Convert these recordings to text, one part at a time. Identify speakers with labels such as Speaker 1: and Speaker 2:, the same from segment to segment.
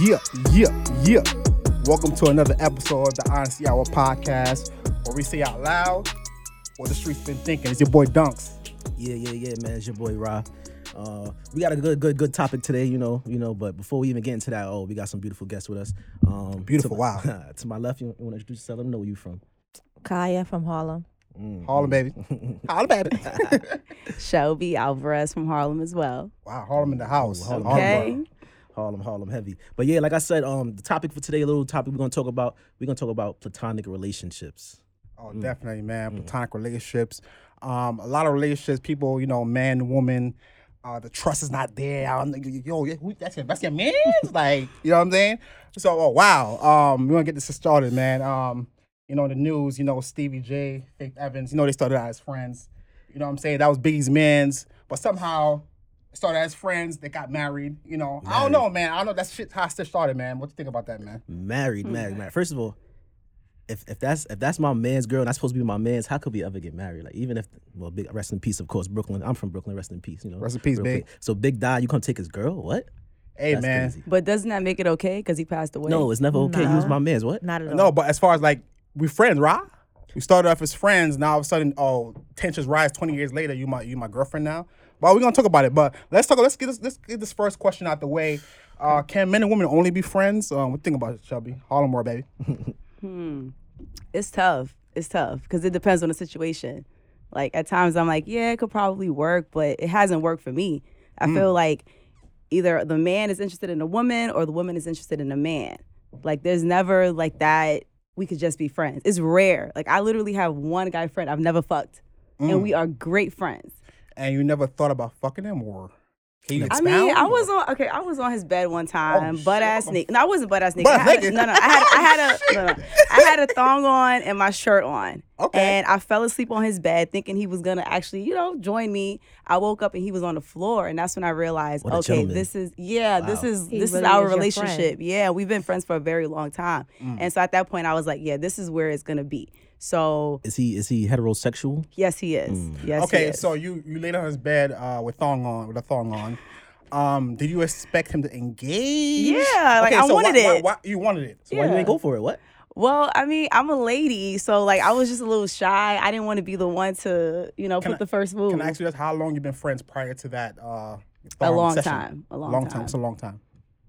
Speaker 1: Yeah, yeah, yeah. Welcome to another episode of the Honesty Hour podcast, where we say out loud what the streets been thinking. It's your boy Dunks.
Speaker 2: Yeah, yeah, yeah, man. It's your boy Ra. Uh, we got a good, good, good topic today, you know, you know. But before we even get into that, oh, we got some beautiful guests with us. Um,
Speaker 1: Beautiful,
Speaker 2: To,
Speaker 1: wow.
Speaker 2: to my left, you want to introduce yourself? Let them know where you from.
Speaker 3: Kaya from Harlem.
Speaker 1: Harlem, baby. Harlem, baby.
Speaker 3: Shelby Alvarez from Harlem as well.
Speaker 1: wow, Harlem in the house.
Speaker 2: Ooh, Harlem.
Speaker 1: Harlem.
Speaker 3: Okay.
Speaker 2: Harlem, Harlem heavy. But yeah, like I said, um, the topic for today, a little topic we're gonna talk about. We're gonna talk about platonic relationships.
Speaker 1: Oh,
Speaker 2: Mm.
Speaker 1: definitely, man. Platonic relationships. Um, a lot of relationships, people, you know, man, woman, uh, the trust is not there. I don't, yo, yo, who- that's your, that's your man? like, you know what I'm saying? So, oh, wow. Um, we're going to get this started, man. Um, you know, in the news, you know, Stevie J, Faith Evans, you know, they started out as friends. You know what I'm saying? That was Biggie's man's, but somehow started as friends. They got married, you know. I don't know, man. I don't know. That's shit how shit started, man. What you think about that, man?
Speaker 2: Married, married, married. First of all, if if that's if that's my man's girl and that's supposed to be my man's, how could we ever get married? Like even if well, big rest in peace, of course, Brooklyn. I'm from Brooklyn. Rest in peace. You know,
Speaker 1: Rest in peace,
Speaker 2: Real
Speaker 1: Big.
Speaker 2: quick. So big die, you come take his girl? What?
Speaker 1: Hey,
Speaker 2: That's
Speaker 1: man.
Speaker 2: crazy.
Speaker 4: But doesn't that make it okay? Because he passed away.
Speaker 2: No, it's never okay. You was my man's. What?
Speaker 3: Not at all.
Speaker 1: No, but as far as like we friends, right? We started off as friends. Now all of a sudden, oh, tensions rise. Twenty years later, you my you my girlfriend now. But we're gonna talk about it. But let's talk. Let's get this let's get this first question out the way. Uh, can men and women only be friends? Um, what think about it, Shelby? Harlem World, baby.
Speaker 4: It's tough. It's tough because it depends on the situation. Like at times I'm like, yeah, it could probably work, but it hasn't worked for me. I feel like either the man is interested in a woman or the woman is interested in a man. Like there's never like that we could just be friends. It's rare. Like I literally have one guy friend I've never fucked and we are great friends.
Speaker 1: And you never thought about fucking him, or can you
Speaker 4: I
Speaker 1: expound?
Speaker 4: mean, I
Speaker 1: or-
Speaker 4: was on okay. I was on his bed one time,
Speaker 1: Oh,
Speaker 4: butt
Speaker 1: shit.
Speaker 4: ass naked. No, I wasn't butt ass naked.
Speaker 1: Butt
Speaker 4: I had a-
Speaker 1: naked? Oh,
Speaker 4: no, no, I had, I had a, no, no. I had a thong on and my shirt on.
Speaker 1: Okay.
Speaker 4: And I fell asleep on his bed, thinking he was gonna actually, you know, join me. I woke up and he was on the floor, and that's when I realized,
Speaker 2: What a
Speaker 4: okay,
Speaker 2: gentleman.
Speaker 4: this is yeah, this
Speaker 2: Wow.
Speaker 4: is
Speaker 3: He
Speaker 4: this
Speaker 3: really is
Speaker 4: is our
Speaker 3: your friend.
Speaker 4: relationship. Yeah, we've been friends for a very long time,
Speaker 1: Mm.
Speaker 4: and so at that point, I was like, yeah, this is where it's gonna be. So
Speaker 2: Is he is he heterosexual?
Speaker 4: yes, he is. Yes. he
Speaker 1: Mm. okay,
Speaker 4: is.
Speaker 1: so you you laid on his bed uh, with thong on with a thong on. Um, did you expect him to engage?
Speaker 4: Yeah, like,
Speaker 1: okay,
Speaker 4: I
Speaker 1: so why-
Speaker 4: wanted
Speaker 1: why-
Speaker 4: it.
Speaker 1: why- you wanted it.
Speaker 2: So why you ain't go for it? What?
Speaker 4: Well, I mean, I'm a lady, so like I was just a little shy. I didn't want to be the one to, you know,
Speaker 1: Can
Speaker 4: put
Speaker 1: I-
Speaker 4: the first move.
Speaker 1: Can I ask you this? How long you been friends prior to that? Uh,
Speaker 4: A
Speaker 1: thong
Speaker 4: long
Speaker 1: session?
Speaker 4: time, a long
Speaker 1: time.
Speaker 4: time.
Speaker 1: It's a long time.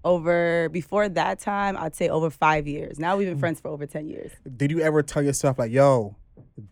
Speaker 4: over before that time, I'd say over five years. Now
Speaker 1: Mm.
Speaker 4: we've been friends for over ten years.
Speaker 1: Did you ever tell yourself like, "Yo,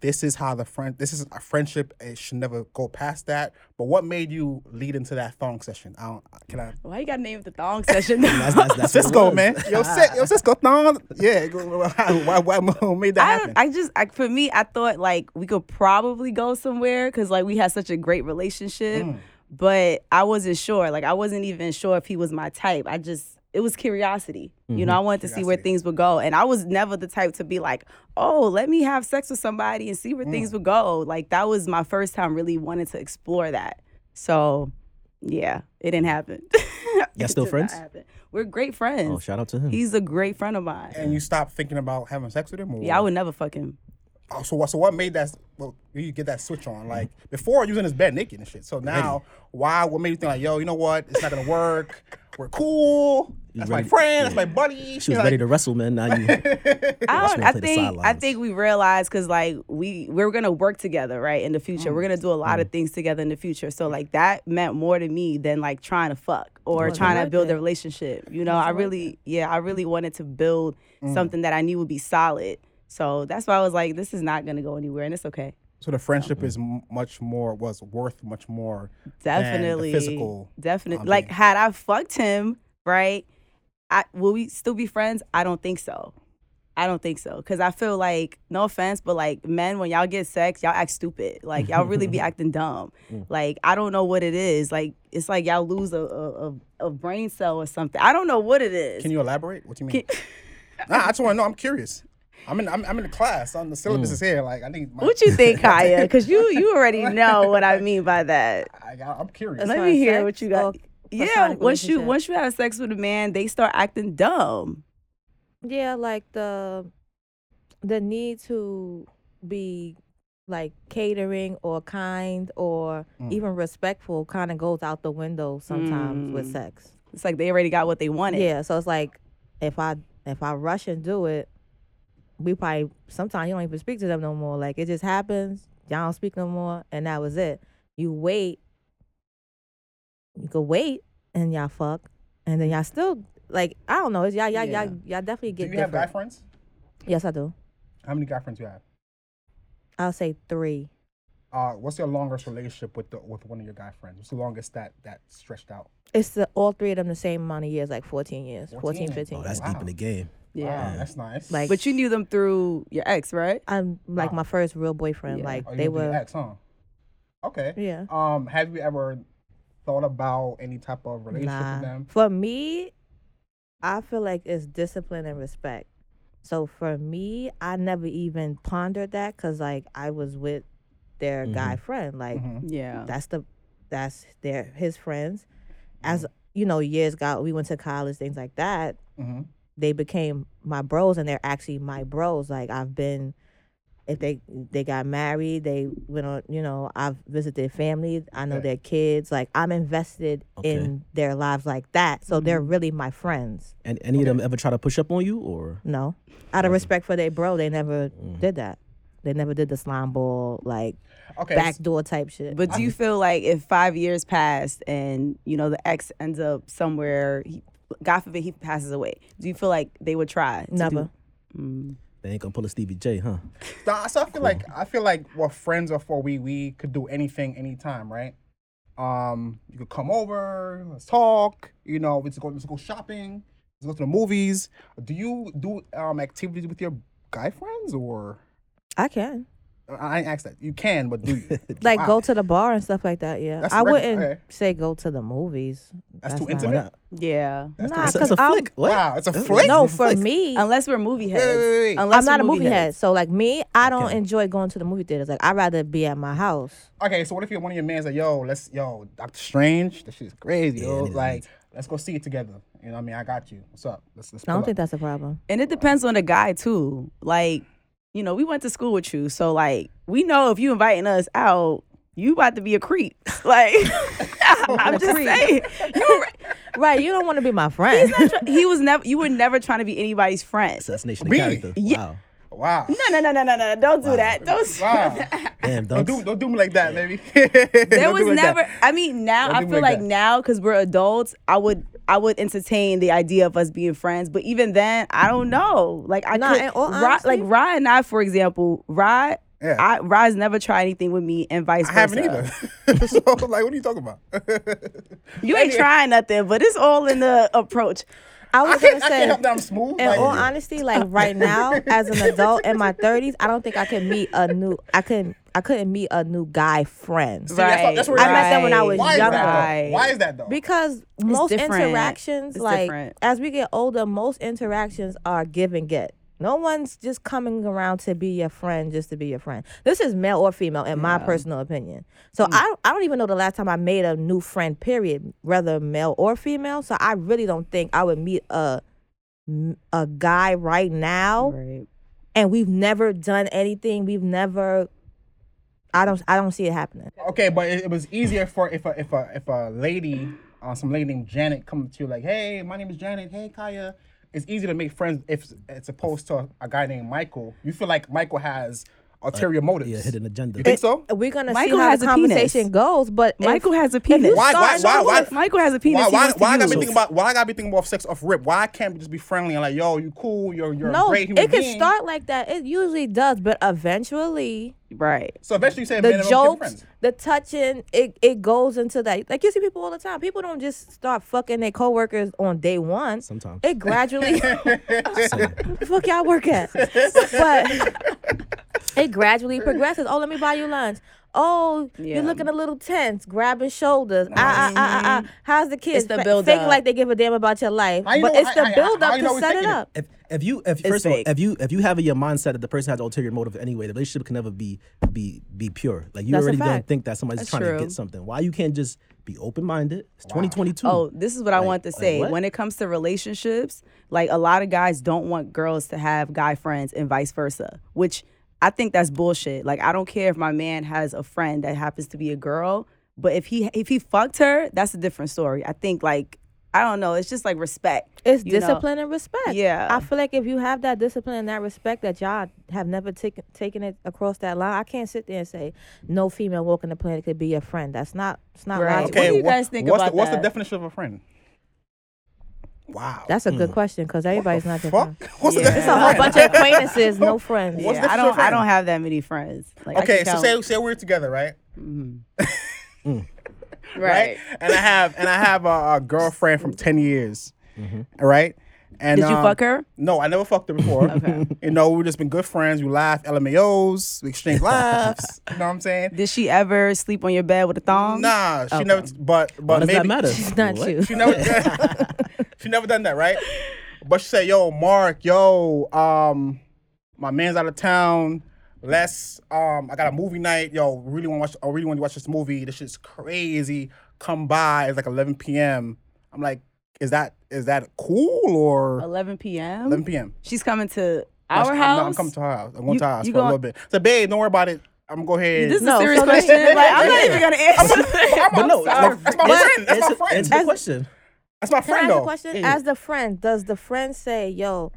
Speaker 1: this is how the friend. This is a friendship. It should never go past that." But what made you lead into that thong session? I don't. Can I?
Speaker 4: Why you got to name it the thong session?
Speaker 2: That's, that's, that's what it
Speaker 1: Cisco,
Speaker 2: was.
Speaker 1: man. Yo, Cis- yo, Cisco thong. Yeah. go- Why? Why who made that
Speaker 4: I
Speaker 1: happen?
Speaker 4: don't, I just I, for me, I thought like we could probably go somewhere because like we had such a great relationship,
Speaker 2: Mm.
Speaker 4: but I wasn't sure. Like I wasn't even sure if he was my type. I just it was curiosity. You know,
Speaker 2: Mm-hmm.
Speaker 4: I wanted to see where
Speaker 1: Curiosity.
Speaker 4: things would go, and I was never the type to be like, oh, let me have sex with somebody and
Speaker 2: Mm.
Speaker 4: see where things would go. Like that was my first time really wanting to explore that. So, yeah, it didn't happen.
Speaker 2: Y'all
Speaker 4: It
Speaker 2: still
Speaker 4: did not
Speaker 2: friends?
Speaker 4: happen. We're great friends.
Speaker 2: Oh, shout out to him.
Speaker 4: He's a great friend of mine.
Speaker 1: and you stopped thinking about having sex with him? Or?
Speaker 4: yeah, I would never fuck him.
Speaker 1: Oh, so what? So what made that? Well, you get that switch
Speaker 2: Mm-hmm.
Speaker 1: on. Like before, you was in his bed naked and shit. So now, why? What made you think like, yo, you know what? It's not gonna work. We're cool. That's my
Speaker 2: ready-
Speaker 1: friend. That's my buddy.
Speaker 2: she was ready to wrestle, man. Now you. oh,
Speaker 4: I,
Speaker 2: That's
Speaker 4: don't,
Speaker 2: when I play
Speaker 4: I
Speaker 2: the
Speaker 4: think I
Speaker 2: sidelines.
Speaker 4: think we realized because like we we're gonna work together right in the future. We're gonna do a
Speaker 2: Mm-hmm.
Speaker 4: lot of things together in the future. So like that meant more to me than like trying to fuck or trying to build a relationship. You know, I really yeah I really wanted to build
Speaker 2: Mm.
Speaker 4: something that I knew would be solid. So that's why I was like, this is not gonna go anywhere, and it's okay.
Speaker 1: So the friendship is m- much more was worth much more. than the
Speaker 4: Definitely
Speaker 1: physical.
Speaker 4: Definitely.
Speaker 1: um,
Speaker 4: like
Speaker 1: thing.
Speaker 4: had I fucked him right, I will we still be friends? I don't think so. I don't think so. Cause I feel like, no offense, but like men, when y'all get sex, y'all act stupid. Like y'all really be acting dumb.
Speaker 3: Mm.
Speaker 4: Like I don't know what it is. Like it's like y'all lose a a, a, a brain cell or something. I don't know what it is.
Speaker 1: Can you elaborate? What do you mean? nah, I just want to know. I'm curious. I'm in. I'm, I'm in the class. On the
Speaker 2: Mm.
Speaker 1: syllabus is here. Like I need. My,
Speaker 4: what you think, Kaya? Cause you you already know what I mean by that.
Speaker 1: I, I'm curious.
Speaker 4: Let
Speaker 3: far
Speaker 4: me
Speaker 3: as
Speaker 4: hear
Speaker 3: sex
Speaker 4: what you
Speaker 3: or
Speaker 4: got. Yeah,
Speaker 3: platonic
Speaker 4: once you
Speaker 3: relationship?
Speaker 4: once you have sex with a man, they start acting dumb.
Speaker 3: yeah, like the the need to be like catering or kind or
Speaker 1: Mm.
Speaker 3: even respectful kind of goes out the window sometimes with sex.
Speaker 1: Mm.
Speaker 4: It's like they already got what they wanted.
Speaker 3: Yeah, so it's like
Speaker 5: if I if I rush and do it, we probably sometimes you don't even speak to them no more. Like it just happens. Y'all don't speak no more, and that was it. You wait. You could wait, and y'all fuck, and then y'all still like I don't know. It's y'all y'all
Speaker 4: Yeah.
Speaker 5: y'all, y'all definitely
Speaker 1: Do
Speaker 5: get
Speaker 1: you have guy
Speaker 5: different.
Speaker 1: friends?
Speaker 5: yes, I do.
Speaker 1: How many guy friends you have?
Speaker 5: I'll say three.
Speaker 1: Uh, what's your longest relationship with the with one of your guy friends? What's the longest that that stretched out?
Speaker 5: It's the, all three of them the same amount of years, like 14 years, 14,
Speaker 1: 14.
Speaker 5: 15.
Speaker 2: Oh, that's deep in the
Speaker 1: Wow.
Speaker 2: game.
Speaker 1: Wow,
Speaker 4: Yeah.
Speaker 1: Ah, that's nice.
Speaker 5: Like-
Speaker 4: But you knew them through your ex, right?
Speaker 5: I'm like my first real boyfriend.
Speaker 4: Yeah.
Speaker 5: Like
Speaker 1: oh, you
Speaker 5: they
Speaker 1: would be
Speaker 5: were.
Speaker 1: ex, huh? Okay.
Speaker 5: Yeah.
Speaker 1: Um, have you ever thought about any type of relationship with them?
Speaker 5: For me, I feel like it's discipline and respect. So for me, I never even pondered that because like I was with their
Speaker 1: Mm-hmm.
Speaker 5: guy friend. Like
Speaker 4: Yeah.
Speaker 5: that's the that's their his friends. As you know, years got we went to college, things like that.
Speaker 1: Mm-hmm.
Speaker 5: They became my bros, and they're actually my bros. Like I've been. If they they got married, they went on. You know, I've visited their family. I know
Speaker 1: Okay.
Speaker 5: their kids. Like I'm invested
Speaker 2: Okay.
Speaker 5: in their lives like that. So they're really my friends.
Speaker 2: And any of them ever try to push up on you or?
Speaker 5: No, out of respect for their bro, they never did that. They never did the slime ball like
Speaker 1: Okay. s-
Speaker 5: backdoor type shit.
Speaker 4: But do you feel like if five years passed and you know the ex ends up somewhere, he, God forbid he passes away, do you feel like they would try? to
Speaker 5: never.
Speaker 4: do- Mm.
Speaker 2: They ain't gonna pull a Stevie J, huh?
Speaker 1: Nah, so I feel like I feel like what friends are for. We we could do anything, anytime, right? Um, you could come over, let's talk. You know, let's go let's go shopping, let's go to the movies. Do you do um activities with your guy friends or?
Speaker 5: I can
Speaker 1: I ain't asked that. You can, but do you?
Speaker 5: like
Speaker 1: Wow.
Speaker 5: go to the bar and stuff like that. Yeah,
Speaker 1: That's
Speaker 5: I
Speaker 1: regu-
Speaker 5: wouldn't
Speaker 1: okay.
Speaker 5: say go to the movies.
Speaker 1: That's too
Speaker 5: not-
Speaker 1: intimate.
Speaker 4: Yeah.
Speaker 5: Nah,
Speaker 2: That's, that's
Speaker 5: 'cause
Speaker 2: a
Speaker 5: I'm-
Speaker 2: flick. What?
Speaker 1: Wow, it's a flick.
Speaker 5: No, for me,
Speaker 4: Unless we're movie heads.
Speaker 1: wait, wait.
Speaker 4: Unless
Speaker 5: I'm not a
Speaker 4: we're
Speaker 5: movie head.
Speaker 4: heads.
Speaker 5: So like me, I don't
Speaker 2: Okay.
Speaker 5: enjoy going to the movie theaters. Like I'd rather be at my house.
Speaker 1: Okay, so what if you're one of your man's like, yo, let's, yo, Doctor Strange, that shit's crazy, yo.
Speaker 2: it is.
Speaker 1: Like, let's go see it together. You know what I mean? I got you. What's up? Let's let's.
Speaker 5: I don't
Speaker 1: pull up.
Speaker 5: think that's a problem.
Speaker 4: And it depends on the guy too. Like, you know, we went to school with you, so like we know if you inviting us out, you about to be a creep. Like, I'm just saying. You were-
Speaker 5: Right, you don't want to be my friend.
Speaker 4: he was never. You were never trying to be anybody's friend.
Speaker 2: Assassination
Speaker 1: Me?
Speaker 2: of character. Wow.
Speaker 1: Wow.
Speaker 4: No, no, no, no, no, no! Don't do that. Don't. do
Speaker 1: Wow.
Speaker 2: Damn,
Speaker 1: don't
Speaker 2: don't.
Speaker 1: do don't do me like that, baby. there
Speaker 4: There was never. I mean, now
Speaker 1: Don't
Speaker 4: I
Speaker 1: do me
Speaker 4: feel
Speaker 1: like
Speaker 4: like
Speaker 1: that.
Speaker 4: now because we're adults, I would I would entertain the idea of us being friends. But even then, I don't know. Like I
Speaker 5: Nah,
Speaker 4: could,
Speaker 5: in all
Speaker 4: Ra, like
Speaker 5: honesty-
Speaker 4: Ra and I, for example, Ra,
Speaker 1: Yeah.
Speaker 4: I, Ra's never tried anything with me, and vice
Speaker 1: I
Speaker 4: versa.
Speaker 1: haven't either. so like, what are you talking about?
Speaker 4: You ain't trying nothing, but it's all in the approach.
Speaker 5: I
Speaker 1: I
Speaker 5: was
Speaker 1: can't,
Speaker 5: gonna
Speaker 1: I
Speaker 5: say.
Speaker 1: can't help that I'm smooth.
Speaker 5: In
Speaker 1: like,
Speaker 5: all honesty, like right now, as an adult in my thirties, I don't think I can meet a new. I couldn't. I couldn't meet a new guy friend
Speaker 1: See, that's what- that's where
Speaker 5: I met them when I was
Speaker 1: why is
Speaker 5: younger.
Speaker 1: that?
Speaker 4: Right.
Speaker 1: Though? Why is that though?
Speaker 5: because most
Speaker 4: different.
Speaker 5: interactions,
Speaker 4: It's
Speaker 5: like
Speaker 4: different.
Speaker 5: as we get older, most interactions are give and get. No one's just coming around to be your friend just to be your friend. This is male or female, in my personal opinion.
Speaker 4: Mm.
Speaker 5: So I don't, I don't even know the last time I made a new friend. Period, whether male or female. So I really don't think I would meet a a guy right now
Speaker 4: Right.
Speaker 5: and we've never done anything. We've never. I don't. I don't see it happening.
Speaker 1: Okay, but it, it was easier for if a if a if a lady, uh, some lady named Janet, come to you like, hey, my name is Janet. Hey, Kaya. It's easy to make friends if as opposed to a guy named Michael. You feel like Michael has ulterior motives.
Speaker 2: Yeah, hidden agenda.
Speaker 1: You think so?
Speaker 5: We're gonna
Speaker 4: Michael
Speaker 5: see how
Speaker 4: has
Speaker 5: the
Speaker 4: a penis.
Speaker 5: conversation goes, but if-
Speaker 4: Michael has a
Speaker 5: if you
Speaker 4: penis.
Speaker 1: Why- why-
Speaker 5: start-
Speaker 1: why- why-
Speaker 4: Michael has a penis.
Speaker 1: Why,
Speaker 4: he
Speaker 1: why,
Speaker 4: wants to
Speaker 1: why I gotta be
Speaker 4: use.
Speaker 1: thinking about why I gotta be thinking about sex off rip? Why can't we just be friendly and like, yo, you cool, you're you're a
Speaker 5: No,
Speaker 1: great human
Speaker 5: it can
Speaker 1: being.
Speaker 5: start like that. It usually does, but eventually
Speaker 4: right?
Speaker 1: So eventually you say
Speaker 5: the
Speaker 1: man, I'm good
Speaker 5: jokes,
Speaker 1: friends.
Speaker 5: the touching, it it goes into that. Like you see people all the time. People don't just start fucking their coworkers on day one.
Speaker 2: Sometimes.
Speaker 5: it gradually. the fuck y'all work at? But it gradually progresses. Oh, let me buy you lunch. Oh,
Speaker 4: Yeah.
Speaker 5: you're looking a little tense, grabbing shoulders. Ah, ah, ah, ah, ah. How's the kids?
Speaker 4: It's the
Speaker 5: Fa-
Speaker 4: build
Speaker 5: Thinking
Speaker 4: up.
Speaker 5: like they give a damn about your life,
Speaker 1: How you
Speaker 5: but
Speaker 1: know-
Speaker 5: it's the
Speaker 1: I- I- I-
Speaker 5: build
Speaker 1: how
Speaker 5: up
Speaker 1: you
Speaker 5: to
Speaker 1: know he's
Speaker 5: set it
Speaker 1: thinking it?
Speaker 5: up.
Speaker 2: if if you if first of all
Speaker 4: fake.
Speaker 2: if you if you have in your mindset that the person has ulterior motive anyway, the relationship can never be be be pure. Like you
Speaker 5: That's a
Speaker 2: already don't
Speaker 5: fact.
Speaker 2: think that somebody's
Speaker 4: That's
Speaker 2: trying to
Speaker 4: true.
Speaker 2: get something. Why you can't just be open minded? It's 2022.
Speaker 4: Oh,
Speaker 1: Hmm.
Speaker 4: this is what I want to
Speaker 2: like
Speaker 4: say.
Speaker 2: what?
Speaker 4: when it comes to relationships, like a lot of guys don't want girls to have guy friends and vice versa, which I think that's bullshit. Like I don't care if my man has a friend that happens to be a girl, but if he if he fucked her, that's a different story. I think like I don't know. It's just like respect.
Speaker 5: It's
Speaker 4: you know?
Speaker 5: discipline and respect.
Speaker 4: Yeah.
Speaker 5: I feel like if you have that discipline and that respect that y'all have never taken taken it across that line, I can't sit there and say no female walking the planet could be a friend. That's not it's not
Speaker 4: Right.
Speaker 5: logical.
Speaker 4: Okay. do you
Speaker 1: wha-
Speaker 4: guys think
Speaker 1: what's
Speaker 4: about
Speaker 1: the, What's the
Speaker 4: that?
Speaker 1: definition of a friend? Wow.
Speaker 5: That's a good question because everybody's not your
Speaker 1: Fuck.
Speaker 5: friend.
Speaker 1: What's the
Speaker 4: Yeah.
Speaker 5: It's a whole
Speaker 1: definition?
Speaker 5: bunch of acquaintances, no friends.
Speaker 1: What's
Speaker 4: Yeah,
Speaker 1: the
Speaker 4: I don't. I
Speaker 1: difference?
Speaker 4: don't have that many friends. Like, I
Speaker 1: Okay,
Speaker 4: can
Speaker 1: so
Speaker 4: count.
Speaker 1: say say we're together, right?
Speaker 4: right.
Speaker 1: And I have and I have a, a girlfriend from ten years, all right? And
Speaker 4: Did you
Speaker 1: um,
Speaker 4: fuck her?
Speaker 1: No, I never fucked her before. okay. You know, we've just been good friends. We laugh, LMAOs, we exchange laughs. you know what I'm saying?
Speaker 4: Did she ever sleep on your bed with a thong?
Speaker 1: Nah, she never. But
Speaker 2: Why
Speaker 1: but
Speaker 2: does
Speaker 1: maybe
Speaker 2: that matter?
Speaker 5: It's not
Speaker 2: What?
Speaker 5: you.
Speaker 1: She never She never done that, right? But she said, "Yo, Mark, yo, um, my man's out of town. Let's um, I got a movie night. Yo, really want to watch. I really want to watch this movie. This shit's crazy. Come by. It's like 11 p.m. I'm like, is that is that cool or
Speaker 4: 11 p.m.
Speaker 1: 11 p.m.
Speaker 4: She's coming to
Speaker 1: No,
Speaker 4: our
Speaker 1: she-
Speaker 4: house.
Speaker 1: No, I'm coming to her house. I'm going
Speaker 4: You-
Speaker 1: to her house
Speaker 4: you
Speaker 1: for a
Speaker 4: going-
Speaker 1: little bit. So, babe, don't worry about it. I'm gonna go ahead.
Speaker 4: This is
Speaker 5: No,
Speaker 4: a serious
Speaker 5: so
Speaker 4: question.
Speaker 5: then-
Speaker 4: Like, I'm not
Speaker 1: Yeah.
Speaker 4: even gonna answer. this.
Speaker 1: I'm
Speaker 2: no,
Speaker 1: sorry. that's my
Speaker 2: answer-
Speaker 1: friend. That's my
Speaker 2: answer-
Speaker 1: friend.
Speaker 2: Answer the question.
Speaker 1: That's my
Speaker 5: Can I
Speaker 1: friend
Speaker 5: ask a
Speaker 1: though.
Speaker 5: question?
Speaker 2: Yeah.
Speaker 5: As the friend, does the friend say, "Yo,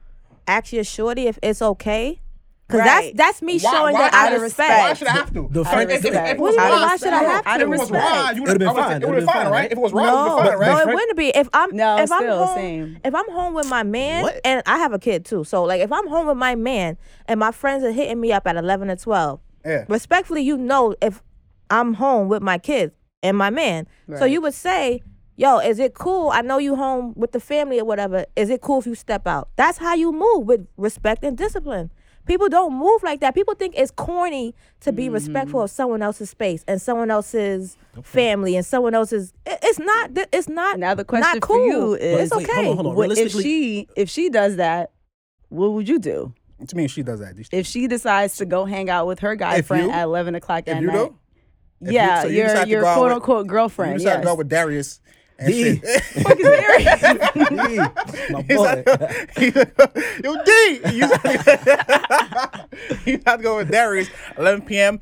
Speaker 5: ask your shorty if it's okay"? Because
Speaker 4: Right.
Speaker 5: that's that's me showing that
Speaker 1: out
Speaker 5: I
Speaker 1: of
Speaker 5: respect.
Speaker 1: Why should I have to?
Speaker 2: The friend-
Speaker 1: If- if- if it was
Speaker 5: What do you mean,
Speaker 1: Ron-
Speaker 5: why should I have
Speaker 1: If
Speaker 5: to?
Speaker 1: it was
Speaker 5: Respect.
Speaker 1: Ron, you
Speaker 2: It would've
Speaker 1: would've-
Speaker 2: been
Speaker 1: I'm
Speaker 2: fine.
Speaker 1: not- It
Speaker 2: It
Speaker 1: would have
Speaker 2: would've
Speaker 1: been
Speaker 2: been
Speaker 1: fine,
Speaker 2: fine,
Speaker 1: right?
Speaker 2: right?
Speaker 1: If it was Ron, it would
Speaker 5: No,
Speaker 1: have been fine,
Speaker 5: no,
Speaker 1: right?
Speaker 5: it wouldn't be. If I'm
Speaker 4: No,
Speaker 5: if
Speaker 4: still,
Speaker 5: I'm home,
Speaker 4: same.
Speaker 5: if I'm home with my man,
Speaker 2: What?
Speaker 5: and I have a kid too, so like if I'm home with my man and my friends are hitting me up at eleven or twelve,
Speaker 1: Yeah.
Speaker 5: respectfully, you know if I'm home with my kids and my man, so
Speaker 4: Right.
Speaker 5: you would say. Yo, is it cool? I know you home with the family or whatever. Is it cool if you step out? That's how you move with respect and discipline. People don't move like that. People think it's corny to
Speaker 2: Mm-hmm.
Speaker 5: be respectful of someone else's space and someone else's family and someone else's. it- It's not. th- It's not
Speaker 4: Now the question
Speaker 5: not cool.
Speaker 4: for you is:
Speaker 5: it's
Speaker 2: Wait, wait,
Speaker 5: okay.
Speaker 2: Hold on, hold on.
Speaker 4: what- if
Speaker 2: Realistically,
Speaker 4: she if she does that, what would you do?
Speaker 1: To me, she does that.
Speaker 4: If she decides to go hang out with her guy
Speaker 1: If
Speaker 4: friend
Speaker 1: you-
Speaker 4: at eleven o'clock
Speaker 1: If
Speaker 4: at
Speaker 1: you
Speaker 4: night,
Speaker 1: do, if you-
Speaker 4: yeah,
Speaker 1: so you
Speaker 4: your
Speaker 1: decide to
Speaker 4: your
Speaker 1: go out
Speaker 4: quote
Speaker 1: with-
Speaker 4: unquote
Speaker 1: you
Speaker 4: girlfriend.
Speaker 1: decide to
Speaker 4: yes.
Speaker 1: go out with Darius and
Speaker 2: D. Oh,
Speaker 1: shit.
Speaker 4: Fuck is Mary?
Speaker 2: my
Speaker 1: He's
Speaker 2: boy.
Speaker 1: like, Yo, D, you you have to go with Darius. 11 p.m.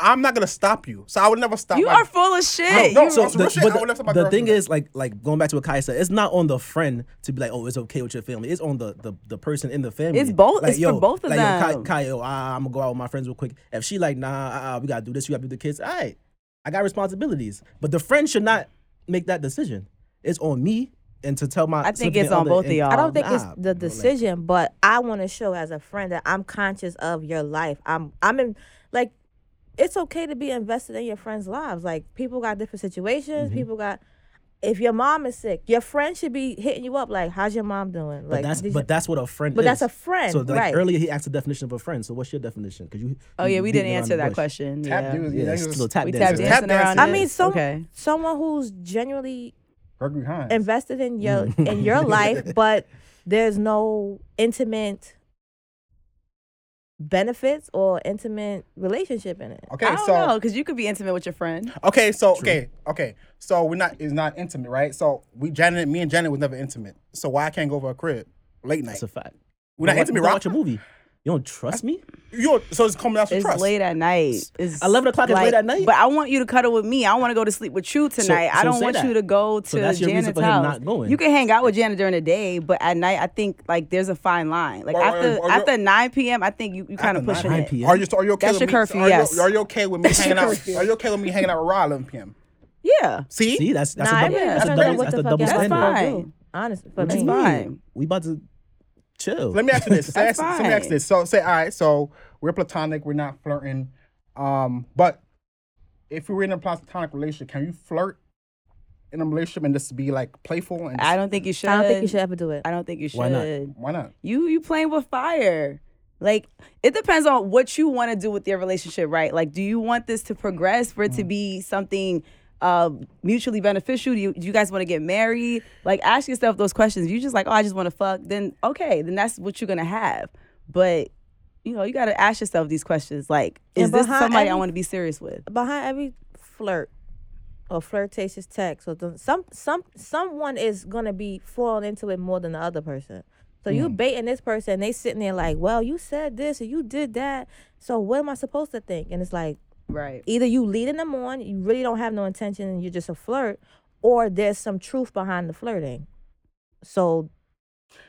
Speaker 1: I'm not gonna stop you, so I would never stop.
Speaker 4: you
Speaker 1: my-
Speaker 4: are full of shit.
Speaker 1: No,
Speaker 4: You-
Speaker 1: so-
Speaker 2: So
Speaker 1: on some real
Speaker 2: the,
Speaker 1: shit, I would
Speaker 2: but
Speaker 1: never
Speaker 2: the,
Speaker 1: tell my
Speaker 2: the
Speaker 1: girl to
Speaker 2: thing
Speaker 1: do that.
Speaker 2: is, like, like going back to what Kai said, it's not on the friend to be like, oh, it's okay with your family. It's on the the, the person in the family.
Speaker 4: It's both-
Speaker 2: Like,
Speaker 4: it's for
Speaker 2: yo,
Speaker 4: both of
Speaker 2: like, Yo,
Speaker 4: them.
Speaker 2: Kai, Kai yo, I, I'm gonna go out with my friends real quick. If she like, nah, uh, uh, we gotta do this, you gotta do the kids. All right, I got responsibilities, but the friend should not make that decision. It's on me and to tell my.
Speaker 4: I think
Speaker 2: significant
Speaker 4: it's on
Speaker 2: other
Speaker 4: both of
Speaker 2: and-
Speaker 4: y'all.
Speaker 5: I don't think it's
Speaker 2: nah, bro,
Speaker 5: the
Speaker 2: like-
Speaker 5: decision, but I want to show as a friend that I'm conscious of your life. I'm I'm in like it's okay to be invested in your friends' lives. Like people got different situations.
Speaker 2: Mm-hmm.
Speaker 5: People got if your mom is sick, your friend should be hitting you up like, "How's your mom doing?"
Speaker 2: But
Speaker 5: Like,
Speaker 2: that's
Speaker 5: did you-
Speaker 2: but that's what a friend.
Speaker 5: But
Speaker 2: is.
Speaker 5: that's a friend,
Speaker 2: So like
Speaker 5: right.
Speaker 2: earlier he asked the definition of a friend. So what's your definition? Because you.
Speaker 4: oh yeah, we didn't answer that
Speaker 2: question.
Speaker 4: question.
Speaker 1: Tap
Speaker 4: Yeah.
Speaker 1: dudes,
Speaker 2: Yeah,
Speaker 1: that
Speaker 2: it's
Speaker 1: was-
Speaker 2: a little tap
Speaker 4: We
Speaker 2: dance.
Speaker 4: tap
Speaker 2: right?
Speaker 1: Tap
Speaker 4: dancing around.
Speaker 1: dancing.
Speaker 5: I
Speaker 1: it
Speaker 5: mean,
Speaker 4: this.
Speaker 5: some
Speaker 4: okay.
Speaker 5: someone who's genuinely
Speaker 1: Gregory Hines.
Speaker 5: invested in your in your life, but there's no intimate benefits or intimate relationship in it.
Speaker 1: okay,
Speaker 4: I don't
Speaker 1: so
Speaker 4: know because you could be intimate with your friend.
Speaker 1: Okay, so okay, okay. So we're not it's not intimate, right? So we Janet, me and Janet was never intimate. So why I can't go over a crib late night?
Speaker 2: That's a fact.
Speaker 1: we're not
Speaker 2: Go wa-
Speaker 1: intimate,
Speaker 2: go
Speaker 1: right?
Speaker 2: Watch a movie. You don't trust me.
Speaker 1: You so it's coming out to
Speaker 4: It's
Speaker 1: trust.
Speaker 4: late at night. It's
Speaker 2: 11 o'clock is late at night?
Speaker 4: But I want you to cuddle with me. I want to go to sleep with you tonight. I
Speaker 2: so
Speaker 4: don't
Speaker 2: say
Speaker 4: want
Speaker 2: that.
Speaker 4: you to go to
Speaker 2: So that's your reason
Speaker 4: Janet's
Speaker 2: for him
Speaker 4: house.
Speaker 2: not going.
Speaker 4: You can hang out with Janet during the day, but at night, I think like there's a fine line. Like
Speaker 1: Or- or-
Speaker 4: after
Speaker 1: or you're-
Speaker 4: after 9 p.m., I think you, you kind of
Speaker 1: After
Speaker 4: pushing
Speaker 2: 9
Speaker 4: it.
Speaker 2: p.m.
Speaker 1: Are you are you okay
Speaker 4: That's
Speaker 1: with
Speaker 4: your
Speaker 1: me?
Speaker 4: curfew,
Speaker 1: are you-
Speaker 4: yes.
Speaker 1: Are you okay with me
Speaker 4: That's
Speaker 1: hanging
Speaker 4: your
Speaker 1: out?
Speaker 4: curfew.
Speaker 1: Are you okay with me hanging out with Rod 11 p.m.?
Speaker 4: Yeah,
Speaker 1: See,
Speaker 2: See, that's that's
Speaker 5: nah,
Speaker 2: a double,
Speaker 5: I really
Speaker 2: that's a
Speaker 5: don't
Speaker 2: double,
Speaker 5: know what
Speaker 2: that's
Speaker 5: the
Speaker 2: a double
Speaker 5: fuck y'all
Speaker 4: That's
Speaker 2: standard.
Speaker 5: supposed to
Speaker 4: fine.
Speaker 5: do, Honestly, for
Speaker 2: What
Speaker 5: me.
Speaker 2: you
Speaker 4: fine.
Speaker 2: mean? We about to chill.
Speaker 1: let me ask you this. So
Speaker 4: That's
Speaker 1: ask- so let me ask you
Speaker 4: fine.
Speaker 1: this. So say, all right, so we're platonic, we're not flirting. Um, but if we were in a platonic relationship, can you flirt in a relationship and just be like playful and
Speaker 4: I don't think you should.
Speaker 5: I don't think you should ever do it.
Speaker 4: I don't think you should.
Speaker 2: Why not?
Speaker 1: why not?
Speaker 4: You you playing with fire. Like it depends on what you want to do with your relationship, right? Like, do you want this to progress for it to be something uh, mutually beneficial? Do you, do you guys want to get married? Like, ask yourself those questions. If you just like, oh, I just want to fuck. Then okay, then that's what you're gonna have. But you know, you gotta ask yourself these questions. Like,
Speaker 5: Yeah,
Speaker 4: is
Speaker 5: but
Speaker 4: this
Speaker 5: how-
Speaker 4: somebody I
Speaker 5: every-
Speaker 4: want to be serious with?
Speaker 5: Behind every flirt or flirtatious text or th- some some someone is gonna be falling into it more than the other person. So you
Speaker 2: Mm.
Speaker 5: baiting this person, they sitting there like, well, you said this and you did that. So what am I supposed to think? And it's like,
Speaker 4: Right.
Speaker 5: either you leading them on, you really don't have no intention, and you're just a flirt, or there's some truth behind the flirting. So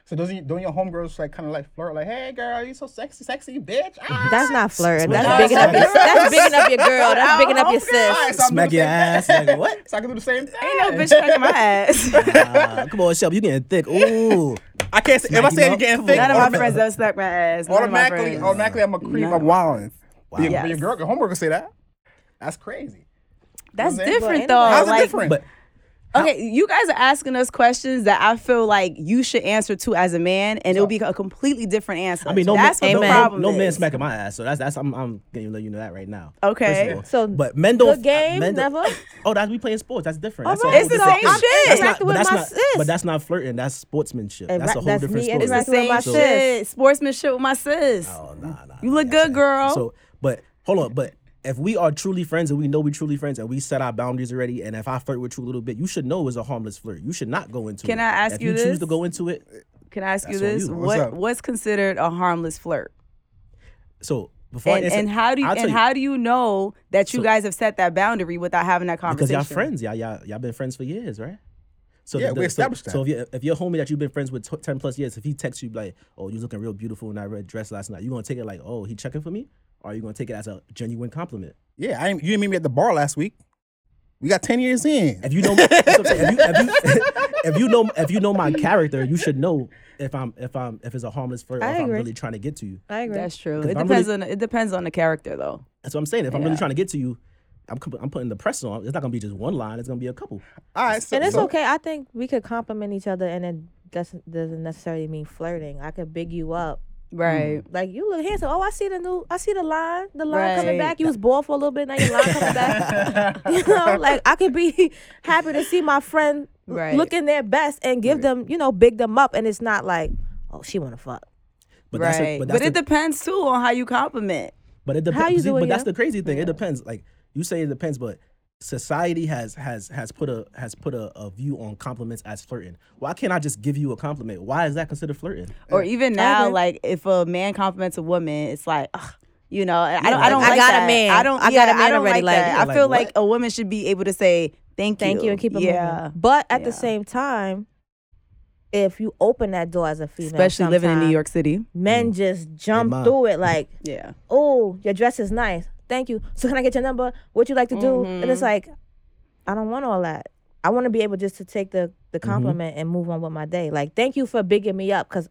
Speaker 1: So doesn't you, don't your homegirls like kind of like flirt like, hey girl, you so sexy, sexy bitch. Ah.
Speaker 5: that's not flirting. That's
Speaker 1: Smack
Speaker 5: bigging
Speaker 1: your
Speaker 5: up. Your,
Speaker 1: ass.
Speaker 5: that's bigging up your girl. That's bigging up your
Speaker 1: Oh, God.
Speaker 5: sis.
Speaker 1: So I can
Speaker 2: Smack
Speaker 1: do the
Speaker 2: your
Speaker 1: same
Speaker 2: ass,
Speaker 1: thing.
Speaker 2: like, what?
Speaker 1: So I can do the same thing.
Speaker 4: Ain't no bitch taking my ass.
Speaker 2: Ah, come on, Shelby, you getting thick. Ooh.
Speaker 1: I can't say if I
Speaker 2: Smack
Speaker 1: say
Speaker 2: him
Speaker 1: you
Speaker 2: up.
Speaker 1: getting thick.
Speaker 4: None of my
Speaker 1: automatic-
Speaker 4: friends ever slapped my ass. None of my
Speaker 1: Automatically,
Speaker 4: friends.
Speaker 1: automatically, I'm a creep.
Speaker 4: No.
Speaker 1: I'm wilding. Wow. Your,
Speaker 4: Yes.
Speaker 1: your girl, your homegirl can say that. That's crazy.
Speaker 4: That's
Speaker 1: Well,
Speaker 5: anyway.
Speaker 4: different though.
Speaker 5: How's
Speaker 1: How's
Speaker 4: like,
Speaker 1: it different?
Speaker 2: But
Speaker 4: Okay, you guys are asking us questions that I feel like you should answer to as a man, and it'll be a completely different answer.
Speaker 2: I mean, no,
Speaker 4: that's
Speaker 2: man,
Speaker 4: what
Speaker 2: no,
Speaker 4: the
Speaker 5: Amen.
Speaker 4: problem
Speaker 2: no man
Speaker 4: is.
Speaker 2: smacking my ass. So that's that's I'm I'm gonna let you know that right now.
Speaker 4: Okay.
Speaker 2: First of all.
Speaker 5: So,
Speaker 2: but men don't
Speaker 5: good game,
Speaker 2: men don't-
Speaker 5: never?
Speaker 2: Oh, that's we playing sports. That's different. That's a
Speaker 5: All
Speaker 2: whole
Speaker 5: right,
Speaker 2: different
Speaker 4: it's the same
Speaker 2: thing.
Speaker 4: shit.
Speaker 2: That's
Speaker 5: I'm
Speaker 2: not, but, that's not
Speaker 5: interacting with my sis.
Speaker 2: but that's not flirting. That's sportsmanship.
Speaker 5: And
Speaker 2: That's a
Speaker 5: ra-
Speaker 2: whole
Speaker 5: that's
Speaker 2: different
Speaker 5: me
Speaker 2: story.
Speaker 5: interacting
Speaker 4: Same
Speaker 5: with my
Speaker 2: So-
Speaker 4: shit. Sportsmanship with my sis.
Speaker 2: Oh, nah, nah.
Speaker 4: You look
Speaker 2: yeah,
Speaker 4: good,
Speaker 2: fam.
Speaker 4: girl.
Speaker 2: So, but hold on, but if we are truly friends and we know we truly friends and we set our boundaries already, and if I flirt with you a little bit, you should know it's a harmless flirt. You should not go into it.
Speaker 4: Can I ask
Speaker 2: if
Speaker 4: you
Speaker 2: you choose
Speaker 4: this?
Speaker 2: to go into it?
Speaker 4: Can I ask you
Speaker 2: That's on
Speaker 4: this?
Speaker 2: you.
Speaker 1: What's
Speaker 4: what
Speaker 1: up?
Speaker 4: what's considered a harmless flirt?
Speaker 2: So before I
Speaker 4: And,
Speaker 2: answer-
Speaker 4: and how do you,
Speaker 2: I'll tell
Speaker 4: and how do you know that you
Speaker 2: So-
Speaker 4: guys have set that boundary without having that
Speaker 2: because
Speaker 4: conversation?
Speaker 2: y'all friends, y'all y'all y'all been friends for years, right? So
Speaker 1: Yeah,
Speaker 2: the-
Speaker 1: we
Speaker 2: the-
Speaker 1: established that.
Speaker 2: so, So if your if your homie that you've been friends with tw- ten plus years, if he texts you like, "Oh, you looking real beautiful in that red dress last night," you gonna take it like, "Oh, he checking for me," or you gonna take it as a genuine compliment?
Speaker 1: yeah, I ain't, you didn't meet me at the bar last week. We got ten years in.
Speaker 2: If you know, that's what I'm saying. If, you, if, you, if you know, if you know my character, you should know if I'm if I'm if it's a harmless flirt, or
Speaker 5: I
Speaker 2: if I'm
Speaker 5: agree.
Speaker 2: really trying to get to you.
Speaker 5: I agree.
Speaker 4: That's true.
Speaker 2: 'Cause
Speaker 4: It
Speaker 2: I'm
Speaker 4: depends
Speaker 2: really-
Speaker 4: on it depends on the character though.
Speaker 2: That's what I'm saying. If I'm really trying to get to you, I'm comp- I'm putting the press on. It's not gonna be just one line. It's gonna be a couple.
Speaker 1: All right, so,
Speaker 5: and it's
Speaker 1: so-
Speaker 5: okay. I think we could compliment each other, and it doesn't doesn't necessarily mean flirting. I could big you up.
Speaker 2: Mm.
Speaker 4: Right.
Speaker 5: Like you look handsome. Oh, I see the new. I see the line. The line coming
Speaker 4: Right.
Speaker 5: back. You was bored for a little bit. Now your line coming back. you know, like I could be happy to see my friend l-
Speaker 4: Right.
Speaker 5: looking their best and give them, you know, big them up. And it's not like, oh, she want to fuck.
Speaker 2: But
Speaker 4: right.
Speaker 2: that's a, but,
Speaker 4: but
Speaker 2: that's
Speaker 4: it
Speaker 2: the,
Speaker 4: depends too on how you compliment.
Speaker 2: but it
Speaker 5: How you
Speaker 2: depends. see,
Speaker 5: doing,
Speaker 2: But that's
Speaker 5: yeah?
Speaker 2: the crazy thing. It depends. Like you say, it depends, but. Society has has has put a has put a, a view on compliments as flirting. Why can't I just give you a compliment? Why is that considered flirting?
Speaker 4: Or even now,
Speaker 5: agree.
Speaker 4: like if a man compliments a woman, it's like, ugh, you know, and I don't, I don't.
Speaker 5: I
Speaker 4: like
Speaker 5: got a
Speaker 4: that.
Speaker 5: man.
Speaker 4: I don't.
Speaker 5: I got
Speaker 4: yeah,
Speaker 5: a man
Speaker 4: I don't
Speaker 5: already,
Speaker 4: Like
Speaker 5: like,
Speaker 4: that.
Speaker 5: yeah,
Speaker 4: I feel
Speaker 2: like,
Speaker 4: like a woman should be able to say thank,
Speaker 5: Thank you, and keep it
Speaker 4: yeah.
Speaker 5: moving. But at the
Speaker 4: Yeah.
Speaker 5: same time, if you open that door as a female,
Speaker 4: Especially living in New
Speaker 5: sometime,
Speaker 4: York mm, City.
Speaker 5: men just jump
Speaker 2: Amen.
Speaker 5: through it like.
Speaker 4: Yeah.
Speaker 5: oh, your dress is nice. Thank you. So can I get your number? What you like to do? And
Speaker 4: Mm-hmm.
Speaker 5: it's like, I don't want all that. I want to be able just to take the the
Speaker 4: Mm-hmm.
Speaker 5: compliment and move on with my day. Like, thank you for bigging me up because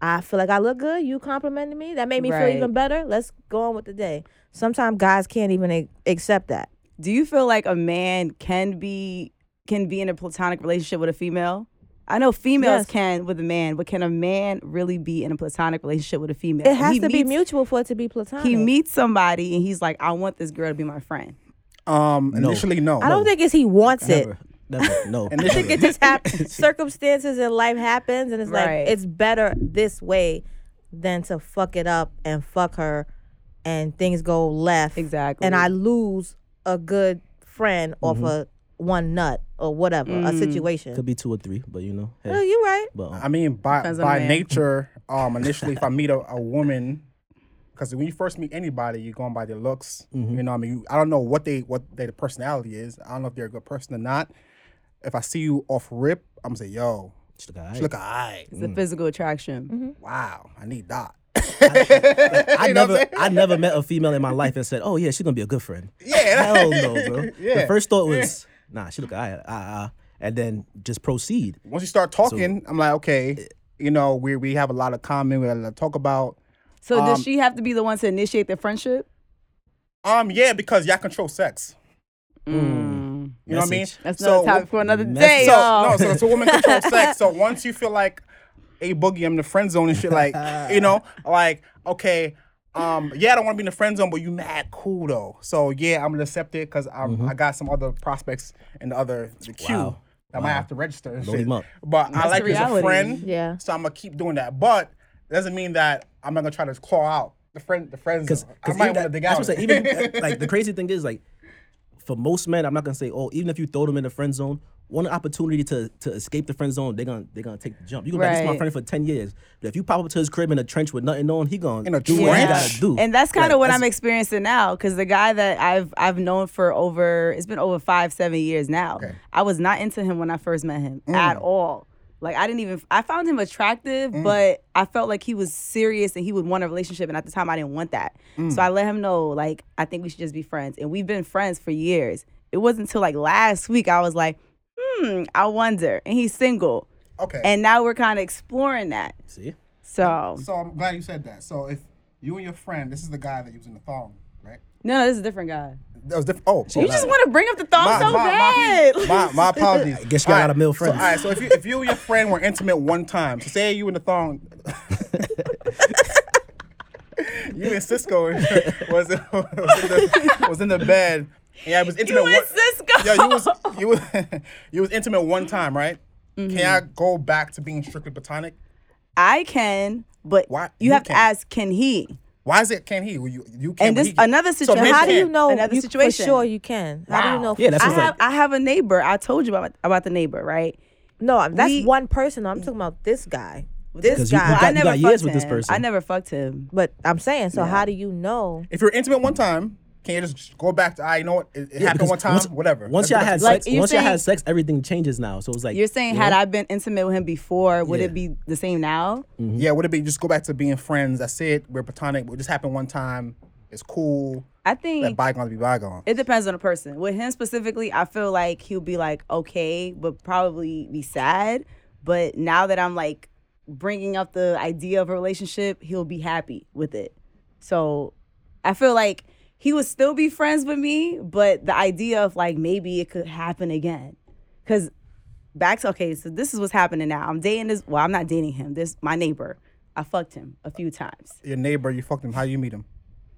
Speaker 5: I feel like I look good. You complimented me. That made me
Speaker 4: Right.
Speaker 5: feel even better. Let's go on with the day. Sometimes guys can't even a- accept that.
Speaker 4: Do you feel like a man can be can be in a platonic relationship with a female? I know females
Speaker 5: Yes.
Speaker 4: can with a man, but can a man really be in a platonic relationship with a female?
Speaker 5: It has
Speaker 4: He
Speaker 5: to be
Speaker 4: meets-
Speaker 5: mutual for it to be platonic.
Speaker 4: He meets somebody and he's like, I want this girl to be my friend.
Speaker 1: um,
Speaker 2: No.
Speaker 1: initially no.
Speaker 5: I don't think it's he wants it.
Speaker 2: Never, never, no.
Speaker 1: And this-
Speaker 5: I think it just happens. circumstances in life happens, and it's
Speaker 4: Right.
Speaker 5: like it's better this way than to fuck it up and fuck her, and things go left.
Speaker 4: Exactly.
Speaker 5: And I lose a good friend off of one nut or whatever
Speaker 4: Mm.
Speaker 5: a situation.
Speaker 2: Mm-hmm. could be two or three, but you know, hey,
Speaker 5: No, you right.
Speaker 2: but um,
Speaker 1: I mean, by
Speaker 4: Depends on the
Speaker 1: by
Speaker 4: man.
Speaker 1: nature, um, initially, if I meet a, a woman, because when you first meet anybody, you're going by their looks. You know, what I mean, you, I don't know what they what their personality is. I don't know if they're a good person or not. If I see you off rip, I'm gonna say, "Yo,
Speaker 2: she look all right.
Speaker 1: she look alright.
Speaker 4: It's
Speaker 5: Mm.
Speaker 4: a physical attraction.
Speaker 1: Wow, I need that."
Speaker 2: I
Speaker 1: You know what
Speaker 2: never,
Speaker 1: I'm
Speaker 2: I never met a female in my life and said, "Oh yeah, she's gonna be a good friend."
Speaker 1: Yeah.
Speaker 2: hell no, bro. The
Speaker 1: Yeah.
Speaker 2: first thought was, "Nah, she look all right," uh, uh, and then just proceed.
Speaker 1: Once you start talking, I'm like, okay, you know, we we have a lot of common. We have a lot to talk about.
Speaker 4: So does she have to be the one to initiate the friendship?
Speaker 1: Um, yeah, because y'all control sex. You know what I mean?
Speaker 2: Message.
Speaker 4: Mm. That's
Speaker 1: So,
Speaker 4: another topic for another
Speaker 2: mess-
Speaker 4: day,
Speaker 1: So
Speaker 4: y'all.
Speaker 1: no, so it's a woman control sex. So once you feel like a boogie, I'm in the friend zone and shit. Like you know, like okay, um, yeah, I don't want to be in the friend zone, but you mad cool though. So yeah, I'm accepted because I'm I got some other prospects in the other the queue.
Speaker 2: Mm-hmm. Wow.
Speaker 1: that might have to register and
Speaker 2: Load
Speaker 1: shit.
Speaker 2: him up.
Speaker 1: But I like
Speaker 4: the
Speaker 1: you as a
Speaker 4: reality.
Speaker 1: friend.
Speaker 5: Yeah.
Speaker 1: So I'm gonna keep doing that, but it doesn't mean that I'm not gonna try to claw out the friend the friends.
Speaker 2: Because
Speaker 1: I might want to dig out.
Speaker 2: that's what I'm saying. Even uh, like the crazy thing is like, for most men, I'm not gonna say, "Oh, even if you throw them in the friend zone." One opportunity to, to escape the friend zone, they're gonna they gonna take the jump. You go back to my
Speaker 4: Right.
Speaker 2: friend for ten years, but if you pop up to his crib in a trench with nothing on, he gonna
Speaker 1: In a
Speaker 2: do what he
Speaker 1: trench?
Speaker 2: gotta do.
Speaker 4: And that's kind
Speaker 2: Like,
Speaker 4: of what I'm experiencing now, because the guy that I've I've known for over it's been over five seven years now. I was not into him when I first met him at all. Like I didn't even I found him attractive, but I felt like he was serious and he would want a relationship and at the time I didn't want that. So I let him know like I think we should just be friends and we've been friends for years. It wasn't until like last week I was like, "Hmm, I wonder." And he's single.
Speaker 1: Okay.
Speaker 4: And now we're kind of exploring that.
Speaker 2: See?
Speaker 4: So,
Speaker 1: so I'm glad you said that. So if you and your friend, this is the guy that you was in the thong, right?
Speaker 4: no, this is a different guy.
Speaker 1: That was different. Oh,
Speaker 4: You just want to bring up the thong so bad.
Speaker 1: My, my, my apologies.
Speaker 2: I guess you got a lot of male friends.
Speaker 1: So, all right, so if you if you and your friend were intimate one time, so say you and the thong, you and Cisco was was in the, was in the bed. Yeah, it was intimate.
Speaker 4: and
Speaker 1: one-
Speaker 4: Cisco.
Speaker 1: Yeah, you was you was, you was intimate one time, right?
Speaker 4: Mm-hmm.
Speaker 1: Can I go back to being strictly platonic?
Speaker 4: I can, but
Speaker 1: Why-
Speaker 4: you,
Speaker 1: you
Speaker 4: have
Speaker 1: can.
Speaker 4: to ask, can he?
Speaker 1: Why is it? Can he? Well, You you can.
Speaker 4: And
Speaker 1: but
Speaker 4: this
Speaker 1: he can.
Speaker 4: another
Speaker 1: So
Speaker 4: situation.
Speaker 1: maybe
Speaker 5: How do you
Speaker 1: can't.
Speaker 5: know
Speaker 4: Another
Speaker 5: you,
Speaker 4: situation.
Speaker 5: For sure, you can. How do you know?
Speaker 2: Yeah, that's
Speaker 4: I
Speaker 2: what's
Speaker 4: have
Speaker 2: like.
Speaker 4: I have a neighbor. I told you about about the neighbor, right?
Speaker 5: no. I'm- That's
Speaker 4: We-
Speaker 5: one person. I'm talking about this guy.
Speaker 2: Because
Speaker 5: This
Speaker 2: you-
Speaker 5: guy.
Speaker 2: you
Speaker 4: I
Speaker 2: got-
Speaker 4: never fucked
Speaker 2: years
Speaker 4: him.
Speaker 2: with this person.
Speaker 4: I never fucked him.
Speaker 5: but I'm saying, so how do you know?
Speaker 1: If you're intimate one time, can you just go back to I? You know what? It, it happened
Speaker 2: because
Speaker 1: one time.
Speaker 2: once-
Speaker 1: whatever.
Speaker 2: Once y'all
Speaker 1: That's-
Speaker 2: had
Speaker 1: that's-
Speaker 4: Like,
Speaker 2: sex,
Speaker 4: you're
Speaker 2: once y'all had
Speaker 4: saying-
Speaker 2: sex, everything changes now. So it's like
Speaker 4: You're saying
Speaker 2: you
Speaker 4: had
Speaker 2: know?
Speaker 4: I been intimate with him before, would
Speaker 2: Yeah. Mm.
Speaker 4: it be the same now?
Speaker 1: Yeah, would it be just go back to being friends? That's it. We're platonic. It just happened one time. It's cool.
Speaker 4: I think
Speaker 1: Let bygones be bygones.
Speaker 4: It depends on the person. With him specifically, I feel like he'll be like okay, but probably be sad. But now that I'm like bringing up the idea of a relationship, he'll be happy with it. So I feel like he would still be friends with me, but the idea of like maybe it could happen again, because back to okay, so this is what's happening now. I'm dating this. Well, I'm not dating him. This my neighbor. I fucked him a few times.
Speaker 1: Your neighbor, you fucked him. How you meet him?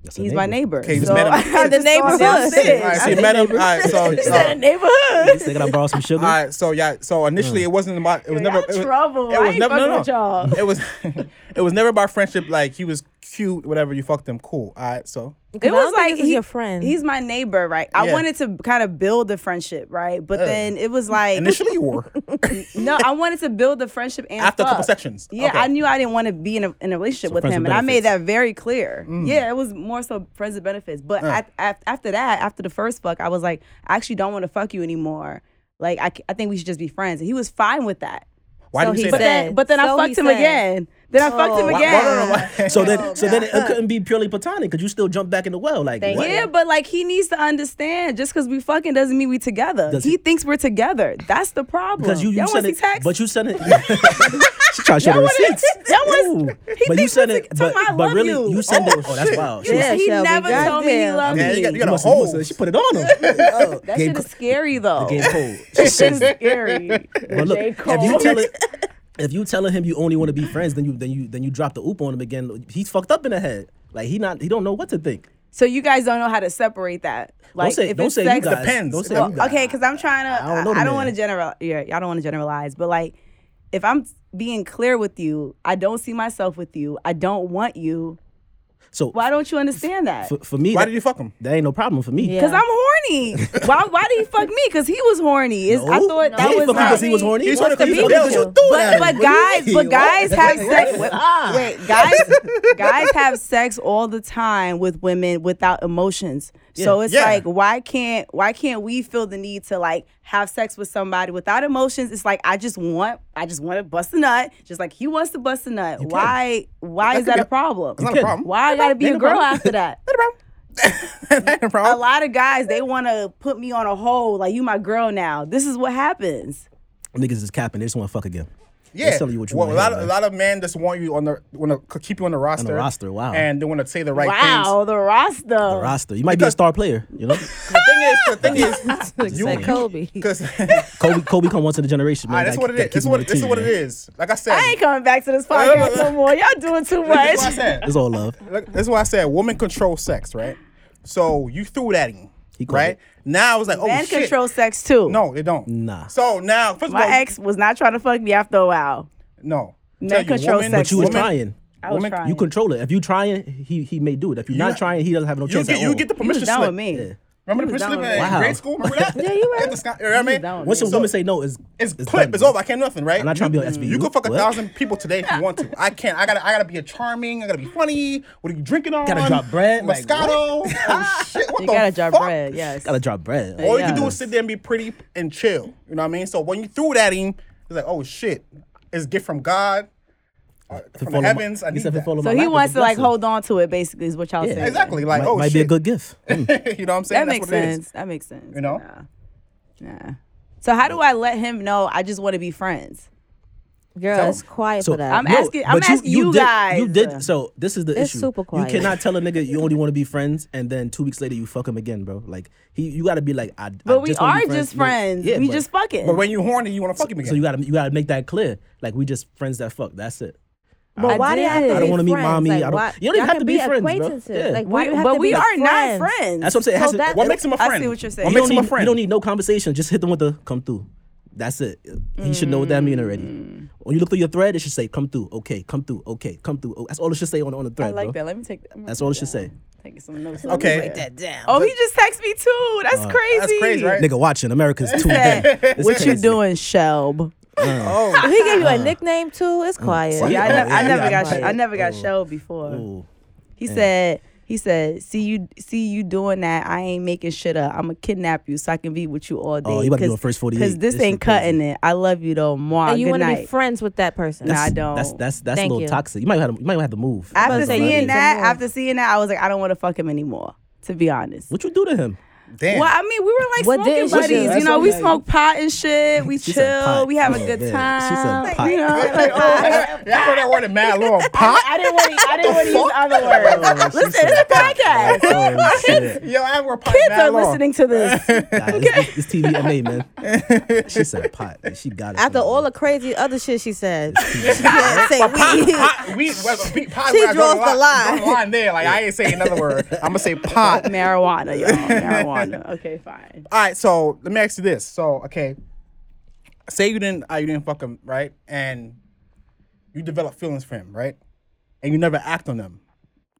Speaker 2: That's a
Speaker 4: He's my neighbor.
Speaker 1: Okay, you just
Speaker 4: so
Speaker 1: met him.
Speaker 4: I have
Speaker 5: The
Speaker 4: to start
Speaker 5: neighborhood.
Speaker 4: upstairs.
Speaker 1: All right, so you met him. All right, so,
Speaker 2: Is
Speaker 1: so-
Speaker 2: that a
Speaker 4: neighborhood.
Speaker 2: They gotta borrow some sugar.
Speaker 1: all right, so yeah, so initially it wasn't about. It was never it was,
Speaker 4: trouble.
Speaker 1: It
Speaker 4: I
Speaker 1: was
Speaker 4: ain't
Speaker 1: never
Speaker 4: fucking
Speaker 1: no,
Speaker 4: with
Speaker 1: no.
Speaker 4: y'all.
Speaker 1: It was, it was never about friendship. Like he was cute, whatever. You fucked him, cool. All right, so
Speaker 5: It was like this is your friend.
Speaker 4: He's my neighbor, right? I
Speaker 1: Yeah.
Speaker 4: wanted to kind of build the friendship, right? But then it was like
Speaker 1: initially you were
Speaker 4: no, I wanted to build the friendship and
Speaker 1: after a couple
Speaker 4: fuck.
Speaker 1: sections.
Speaker 4: Yeah,
Speaker 1: Okay.
Speaker 4: I knew I didn't want to be in a, in a relationship with
Speaker 2: friends
Speaker 4: him,
Speaker 2: with
Speaker 4: and I made
Speaker 2: benefits.
Speaker 4: that very clear.
Speaker 1: Mm.
Speaker 4: Yeah, it was more so friends with benefits. But at, at, after that, after the first fuck, I was like, I actually don't want to fuck you anymore. Like, I, c- I think we should just be friends. And he was fine with that.
Speaker 1: Why
Speaker 5: So
Speaker 1: do you say
Speaker 5: he
Speaker 1: that?
Speaker 4: But then, but then
Speaker 5: So
Speaker 4: I
Speaker 5: he
Speaker 4: fucked him
Speaker 5: said.
Speaker 4: again. Then I fucked him
Speaker 5: Oh. Why-
Speaker 4: again.
Speaker 1: Why- why- why- why-
Speaker 2: So then, so then it, it couldn't be purely platonic because you still jump back in the well. Like, what?
Speaker 4: Yeah, but like he needs to understand just because we fucking doesn't mean we together.
Speaker 2: Does
Speaker 4: he,
Speaker 2: he-
Speaker 4: thinks we're together. That's the problem.
Speaker 2: Because you, you
Speaker 4: Y'all wanna
Speaker 2: said
Speaker 4: see
Speaker 2: it,
Speaker 4: text?
Speaker 2: but you said it. she trying to show the
Speaker 4: wanna-
Speaker 2: receipts.
Speaker 4: y'all wanna-
Speaker 2: Ooh.
Speaker 4: he
Speaker 2: but you
Speaker 4: thinks
Speaker 2: said
Speaker 4: we're
Speaker 2: it.
Speaker 4: to-
Speaker 2: But,
Speaker 4: tell him I
Speaker 2: but
Speaker 4: love
Speaker 2: really,
Speaker 4: you.
Speaker 2: you said it. Oh, that's
Speaker 1: shit.
Speaker 2: wild.
Speaker 4: He-
Speaker 5: Yeah,
Speaker 4: he
Speaker 5: Shelby,
Speaker 4: never told me he
Speaker 5: goddamn.
Speaker 4: loved
Speaker 1: Yeah,
Speaker 4: me.
Speaker 1: you got, you got
Speaker 2: You
Speaker 1: a
Speaker 2: must- you must-
Speaker 1: hole.
Speaker 2: She put it on him.
Speaker 4: Oh,
Speaker 2: Game
Speaker 4: that shit is
Speaker 2: co-
Speaker 4: scary though.
Speaker 2: Game cold.
Speaker 4: That shit is scary.
Speaker 2: But look,
Speaker 4: J.
Speaker 2: if you
Speaker 4: Cole.
Speaker 2: tell it, if you telling him you only want to be friends, then you then you then you drop the oop on him again. He's fucked up in the head. Like he not he don't know what to think.
Speaker 4: so you guys don't know how to separate that. Like
Speaker 2: don't say
Speaker 4: if
Speaker 2: don't
Speaker 4: it's
Speaker 2: say
Speaker 4: sex,
Speaker 2: you guys.
Speaker 1: Depends.
Speaker 2: Don't say
Speaker 1: Well,
Speaker 2: you
Speaker 4: Well,
Speaker 2: guys.
Speaker 4: okay, because I'm trying to.
Speaker 2: I
Speaker 4: I
Speaker 2: don't know
Speaker 4: don't,
Speaker 2: the man.
Speaker 4: want to general. Yeah, I don't want to generalize, but like, if I'm being clear with you, I don't see myself with you. I don't want you.
Speaker 2: So
Speaker 4: Why don't you understand that?
Speaker 2: for, for me,
Speaker 1: Why
Speaker 2: that,
Speaker 1: did you fuck him?
Speaker 2: that ain't no problem for me.
Speaker 5: Yeah.
Speaker 4: Cause I'm horny. why? Why did he fuck me? Cause he was horny. It's, I
Speaker 1: Oh,
Speaker 2: No. he
Speaker 4: thought that was
Speaker 2: fucking because he
Speaker 4: not-
Speaker 2: was horny.
Speaker 1: He's trying to
Speaker 2: What's the
Speaker 1: compete
Speaker 2: beef?
Speaker 1: with you.
Speaker 4: But, but
Speaker 2: What do you
Speaker 4: guys,
Speaker 2: mean?
Speaker 4: but guys
Speaker 2: What? Ah.
Speaker 4: have
Speaker 2: Wait,
Speaker 4: sex.
Speaker 2: wait,
Speaker 4: Wait, guys, guys have sex all the time with women without emotions. So it's
Speaker 1: Yeah.
Speaker 4: like, why can't why can't we feel the need to like have sex with somebody without emotions? It's like I just want I just want to bust a nut, just like he wants to bust a nut. Why why is
Speaker 1: could
Speaker 4: that
Speaker 1: be
Speaker 4: a
Speaker 1: a-
Speaker 4: problem?
Speaker 1: It's not a problem.
Speaker 4: Why I gotta be a girl after that?
Speaker 1: Ain't a
Speaker 4: a
Speaker 1: problem.
Speaker 4: lot of guys they want to put me on a hold like you my girl now this is what happens
Speaker 2: Niggas is capping. They just want to fuck again.
Speaker 1: Yeah,
Speaker 2: They telling you what you
Speaker 1: well, a
Speaker 2: want.
Speaker 1: lot, of, a lot of men just want you on the want to keep you on the roster.
Speaker 2: roster, wow.
Speaker 1: And they want to say the right
Speaker 4: wow the roster
Speaker 2: the roster. You might be a
Speaker 1: Because-
Speaker 2: star player. You know,
Speaker 1: things. The thing is, the thing is,
Speaker 5: It's like Kobe.
Speaker 1: because
Speaker 2: Kobe Kobe come once in a generation. Man,
Speaker 1: that's
Speaker 2: That-
Speaker 1: what it
Speaker 2: that
Speaker 1: is. This is
Speaker 2: keep him
Speaker 1: what
Speaker 2: on the
Speaker 1: this is
Speaker 2: team,
Speaker 1: what it
Speaker 2: man.
Speaker 1: is. Like I said,
Speaker 4: i ain't coming back to this podcast no more y'all doing
Speaker 1: This
Speaker 4: too
Speaker 1: is what I
Speaker 4: much
Speaker 1: said.
Speaker 2: It's all love.
Speaker 1: Look, this is why I said women control sex, right? So you threw it at him,
Speaker 2: He called
Speaker 1: right?
Speaker 2: it.
Speaker 1: Now I was like, oh
Speaker 4: men
Speaker 1: shit.
Speaker 4: control sex too
Speaker 1: No, they don't.
Speaker 2: Nah.
Speaker 1: So now, first
Speaker 4: my
Speaker 1: of all,
Speaker 4: ex was not trying to fuck me after a while
Speaker 1: no.
Speaker 4: Men
Speaker 1: Tell you,
Speaker 4: control
Speaker 1: women-
Speaker 4: sex.
Speaker 2: You was
Speaker 1: women-
Speaker 2: trying.
Speaker 4: i was
Speaker 1: Woman,
Speaker 4: trying
Speaker 2: You control it. If you trying, he he may do it. If you're not trying, he doesn't have no
Speaker 1: You
Speaker 2: chance
Speaker 1: get,
Speaker 2: at
Speaker 1: you
Speaker 2: all.
Speaker 1: get the
Speaker 4: you was
Speaker 1: permission
Speaker 4: down
Speaker 1: slip.
Speaker 4: with me yeah.
Speaker 1: Remember
Speaker 4: You
Speaker 1: the
Speaker 4: was
Speaker 1: permission
Speaker 4: down
Speaker 1: slip
Speaker 4: with
Speaker 1: in
Speaker 2: me.
Speaker 1: grade school? Remember that? yeah,
Speaker 5: you right.
Speaker 1: You know what I mean?
Speaker 4: down with
Speaker 2: Once a
Speaker 4: me.
Speaker 2: women say no, it's
Speaker 1: It's,
Speaker 2: done,
Speaker 1: clip. It's
Speaker 2: bro.
Speaker 1: over. I can't do nothing, right?
Speaker 2: I'm not trying to be on SVU.
Speaker 1: You can fuck a
Speaker 2: What?
Speaker 1: thousand people today if you want to. I can't. I gotta. I gotta be a charming. I gotta be funny. What are you drinking on?
Speaker 2: Gotta drop bread, like,
Speaker 1: Moscato. oh shit! What
Speaker 4: you
Speaker 1: the
Speaker 4: gotta drop
Speaker 1: fuck?
Speaker 4: bread yes
Speaker 2: Gotta drop bread.
Speaker 1: All you
Speaker 4: Yeah.
Speaker 1: can do is sit there and be pretty and chill. You know what I mean? So when you threw it at him, He's like, oh shit, it's a gift from God, uh, from the
Speaker 2: Follow my-
Speaker 1: heavens. I
Speaker 2: he
Speaker 1: need
Speaker 2: said,
Speaker 1: that.
Speaker 2: "Follow my
Speaker 4: So he
Speaker 2: life is a
Speaker 4: wants to like
Speaker 2: blessing."
Speaker 4: hold on to it, basically, is what y'all saying.
Speaker 1: Exactly. Like,
Speaker 2: might,
Speaker 1: oh
Speaker 2: might
Speaker 1: shit.
Speaker 2: be a good gift. Mm.
Speaker 1: you know what I'm saying? That's
Speaker 4: That makes
Speaker 1: what it is.
Speaker 4: sense. That makes sense.
Speaker 1: You know?
Speaker 4: Nah. Nah. So how do I let him know I just want to be friends?
Speaker 5: Girl, it's quiet
Speaker 2: So
Speaker 5: for that.
Speaker 4: I'm asking- I'm
Speaker 2: but
Speaker 4: asking you
Speaker 2: did,
Speaker 4: guys.
Speaker 2: You did so. This is the
Speaker 5: It's
Speaker 2: issue.
Speaker 5: super quiet.
Speaker 2: You cannot tell a nigga you only want to be friends, and then two weeks later you fuck him again, bro. Like he, you gotta be like, I.
Speaker 4: But we are just friends. we just fucking.
Speaker 1: But when you horny, you want to fuck him again.
Speaker 2: So you gotta you gotta make that clear. Like we just friends that fuck. That's it.
Speaker 5: But
Speaker 4: I
Speaker 5: why do you have
Speaker 4: did.
Speaker 5: to
Speaker 4: I
Speaker 5: be
Speaker 4: don't
Speaker 2: wanna meet
Speaker 5: friends?
Speaker 2: mommy.
Speaker 5: Like,
Speaker 2: I don't-
Speaker 5: why-
Speaker 2: you don't even
Speaker 5: y'all
Speaker 2: have
Speaker 5: can
Speaker 2: to be friends, bro.
Speaker 5: acquaintances.
Speaker 2: Yeah.
Speaker 5: Like, why
Speaker 4: We-
Speaker 5: do you have
Speaker 4: but
Speaker 5: to
Speaker 4: we
Speaker 5: be
Speaker 4: are
Speaker 5: friends?
Speaker 4: not friends.
Speaker 2: That's what I'm saying. It has
Speaker 5: So
Speaker 2: to-
Speaker 5: that-
Speaker 1: what makes him a
Speaker 4: I
Speaker 1: friend?
Speaker 4: see what you're saying.
Speaker 1: What
Speaker 2: you
Speaker 1: makes
Speaker 2: don't
Speaker 1: him a
Speaker 2: need,
Speaker 1: friend?
Speaker 2: You don't need no conversation. Just hit them with the come through. That's it. He should know what that mean already.
Speaker 4: Mm.
Speaker 2: When you look through your thread, it should say come through. Okay, come through. Okay, come through. Oh, that's all it should say on on the
Speaker 4: I
Speaker 2: thread,
Speaker 4: like
Speaker 2: bro.
Speaker 4: that. Let me take. I'm gonna
Speaker 2: That's
Speaker 4: take
Speaker 2: all it
Speaker 4: that.
Speaker 2: should say.
Speaker 4: Take some notes.
Speaker 1: Okay. Uh,
Speaker 4: Write that down. Oh, he just texted me too. That's crazy.
Speaker 1: That's crazy, right?
Speaker 2: Nigga watching America's tuned
Speaker 4: Said,
Speaker 2: in. It's
Speaker 4: what you
Speaker 2: crazy.
Speaker 4: doing, Shelb?
Speaker 1: Oh,
Speaker 5: he gave you a nickname too. It's quiet.
Speaker 2: See,
Speaker 4: Yeah, I,
Speaker 2: Oh,
Speaker 4: nev- I
Speaker 2: yeah,
Speaker 4: never
Speaker 2: yeah,
Speaker 4: Mm. got
Speaker 2: right.
Speaker 4: sh- I never
Speaker 2: Oh.
Speaker 4: got shelled before.
Speaker 2: Ooh.
Speaker 4: He said he said see you see you doing that. I ain't making shit up. I'ma kidnap you so I can be with you all day.
Speaker 2: Oh, you about to do
Speaker 4: Cause-
Speaker 2: a first 48.
Speaker 4: Cause this,
Speaker 2: This shit
Speaker 4: ain't cutting it. I love you though, Mar.
Speaker 5: And you
Speaker 4: Good
Speaker 5: want to be
Speaker 4: night.
Speaker 5: friends with that person.
Speaker 4: Nah, I
Speaker 2: That's-
Speaker 4: don't.
Speaker 2: That's that's that's
Speaker 5: Thank
Speaker 2: a little
Speaker 5: you.
Speaker 2: toxic. You might have to, you might have to move.
Speaker 5: about
Speaker 4: after
Speaker 5: to say, you
Speaker 4: seeing
Speaker 5: need to
Speaker 4: that,
Speaker 5: move.
Speaker 4: after seeing that, I was like, I don't want to fuck him anymore. To be honest.
Speaker 2: What you do to him?
Speaker 1: damn.
Speaker 4: Well, I mean, we were like
Speaker 5: What
Speaker 4: smoking
Speaker 5: did she do?
Speaker 4: buddies. You
Speaker 2: That's
Speaker 4: know, we
Speaker 2: okay.
Speaker 4: smoke pot and shit. We
Speaker 2: She said
Speaker 4: chill.
Speaker 2: pot.
Speaker 4: We have a
Speaker 2: Oh,
Speaker 4: good
Speaker 2: man. She
Speaker 4: time.
Speaker 2: said pot.
Speaker 4: You know, like, oh.
Speaker 1: yeah, I heard that word in mad long. Pot?
Speaker 4: I didn't want to. I didn't want to use other words. Listen, it's a podcast.
Speaker 2: Oh, shit.
Speaker 1: Yo, I word pot
Speaker 4: Kids
Speaker 1: mad
Speaker 4: are
Speaker 1: long.
Speaker 4: listening to this. Uh,
Speaker 2: Nah, it's, it's TVMA, man. She said pot. She got it.
Speaker 5: After
Speaker 2: man.
Speaker 5: all the crazy other shit she said, she can't say we.
Speaker 1: Pot, we, well, we, pot,
Speaker 5: She
Speaker 1: I draw
Speaker 5: draws the line.
Speaker 1: draw the line there. Like I ain't saying another word. I'm gonna say pot.
Speaker 4: Marijuana, y'all. Marijuana. Okay, fine.
Speaker 1: All right, so let me ask you this. So, okay, say you didn't, uh, you didn't fuck him, right? And you develop feelings for him, right? And you never act on them.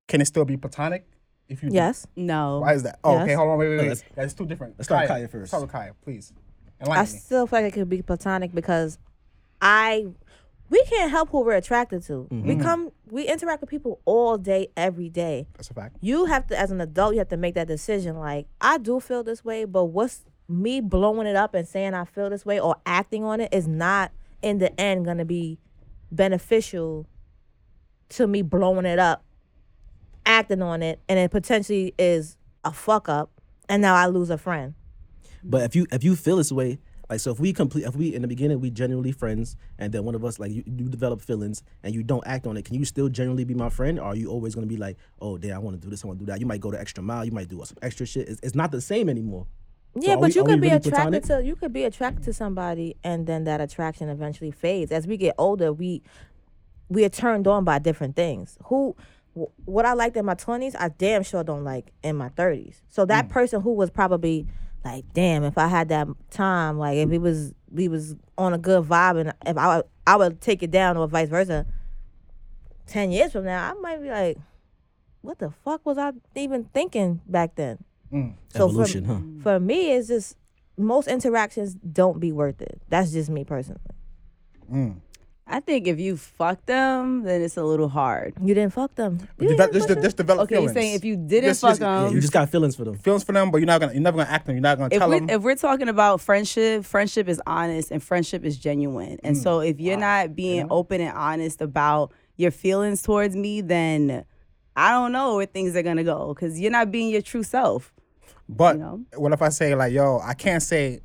Speaker 1: Can it still be platonic? If you do?
Speaker 5: Yes.
Speaker 4: No.
Speaker 1: Why is that? Oh,
Speaker 5: Yes.
Speaker 1: okay, hold on, wait, wait, wait.
Speaker 2: let's-
Speaker 1: That's two different.
Speaker 2: let's start with Kaya first.
Speaker 1: Start with Kaya, please.
Speaker 5: I
Speaker 1: Enlighten me.
Speaker 5: still feel like it could be platonic because I we can't help who we're attracted to.
Speaker 4: Mm-hmm.
Speaker 5: We come we interact with people all day, every day.
Speaker 1: That's a fact.
Speaker 5: You have to as an adult, you have to make that decision. Like, I do feel this way, but what's me blowing it up and saying I feel this way or acting on it is not in the end gonna be beneficial to me blowing it up, acting on it, and it potentially is a fuck up and now I lose a friend.
Speaker 2: But if you if you feel this way, like so, if we complete, if we in the beginning we genuinely friends, and then one of us like you, you develop feelings and you don't act on it, can you still genuinely be my friend? Or are you always gonna be like, oh, damn, I want to do this, I want to do that. You might go the extra mile, you might do some extra shit. It's, it's not the same anymore. So
Speaker 5: Yeah,
Speaker 2: are
Speaker 5: but
Speaker 2: we-
Speaker 5: you
Speaker 2: are we
Speaker 5: could be
Speaker 2: really
Speaker 5: attracted
Speaker 2: platonic?
Speaker 5: to you could be attracted to somebody, and then that attraction eventually fades. As we get older, we we are turned on by different things. Who wh- what I liked in my twenties, I damn sure don't like in my thirties. So
Speaker 2: Mm.
Speaker 5: that person who was probably like, damn, if I had that time, like if it was we was on a good vibe, and if I I would take it down, or vice versa. Ten years from now, I might be like, what the fuck was I even thinking back then? So from-
Speaker 2: Evolution, huh?
Speaker 5: for me it's just most interactions don't be worth it that's just me personally
Speaker 4: I think if you fuck them, then it's a little hard.
Speaker 5: you didn't fuck them
Speaker 1: But develop, just, just develop
Speaker 4: Okay, you're
Speaker 1: feelings.
Speaker 4: saying if you didn't
Speaker 1: Yes,
Speaker 4: fuck
Speaker 1: yes, yeah,
Speaker 4: them.
Speaker 2: Yeah, you just got feelings for them.
Speaker 1: feelings for them, but you're not gonna, you're never gonna act on. them. You're not gonna
Speaker 4: if
Speaker 1: tell
Speaker 4: we
Speaker 1: them.
Speaker 4: if we're talking about friendship, friendship is honest and friendship is genuine.
Speaker 2: Mm.
Speaker 4: And so if you're not being open and honest about your feelings towards me, then I don't know where things are gonna go because you're not being your true self.
Speaker 1: But
Speaker 4: You know?
Speaker 1: what if I say like, yo, I can't say,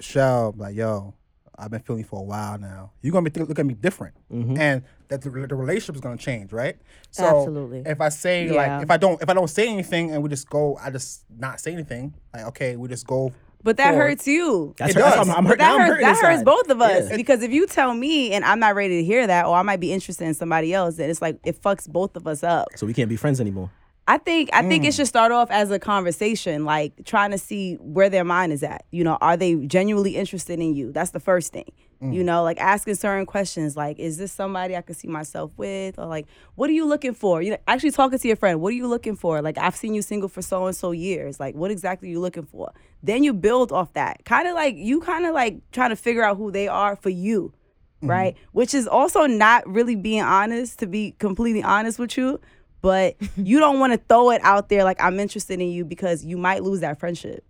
Speaker 1: Shell, like, yo, I've been feeling you for a while now. You're gonna be th- looking at me different,
Speaker 4: Mm-hmm.
Speaker 1: and that the, the relationship's gonna change, right? So
Speaker 5: Absolutely.
Speaker 1: If I say
Speaker 4: Yeah.
Speaker 1: like, if I don't, if I don't say anything, and we just go, I just not say anything. Like, okay, we just go.
Speaker 4: But that
Speaker 1: forward.
Speaker 4: hurts you.
Speaker 2: That's
Speaker 1: It
Speaker 2: hurt- that's-
Speaker 1: does.
Speaker 2: I'm, I'm
Speaker 4: But
Speaker 2: hurt,
Speaker 4: that
Speaker 2: now I'm
Speaker 4: hurts,
Speaker 2: hurting
Speaker 4: that hurts
Speaker 2: inside.
Speaker 4: both of us
Speaker 2: Yeah.
Speaker 4: because if you tell me and I'm not ready to hear that, or I might be interested in somebody else, then it's like it fucks both of us up.
Speaker 2: So we can't be friends anymore.
Speaker 4: I think I think it should start off as a conversation, like trying to see where their mind is at. You know, are they genuinely interested in you? That's the first thing. You know, like asking certain questions, like is this somebody I could see myself with, or like what are you looking for? You know, actually talking to your friend, what are you looking for? Like I've seen you single for so and so years. Like what exactly are you looking for? Then you build off that, kind of like you kind of like trying to figure out who they are for you right? Which is also not really being honest, to be completely honest with you. But you don't want to throw it out there like I'm interested in you because you might lose that friendship.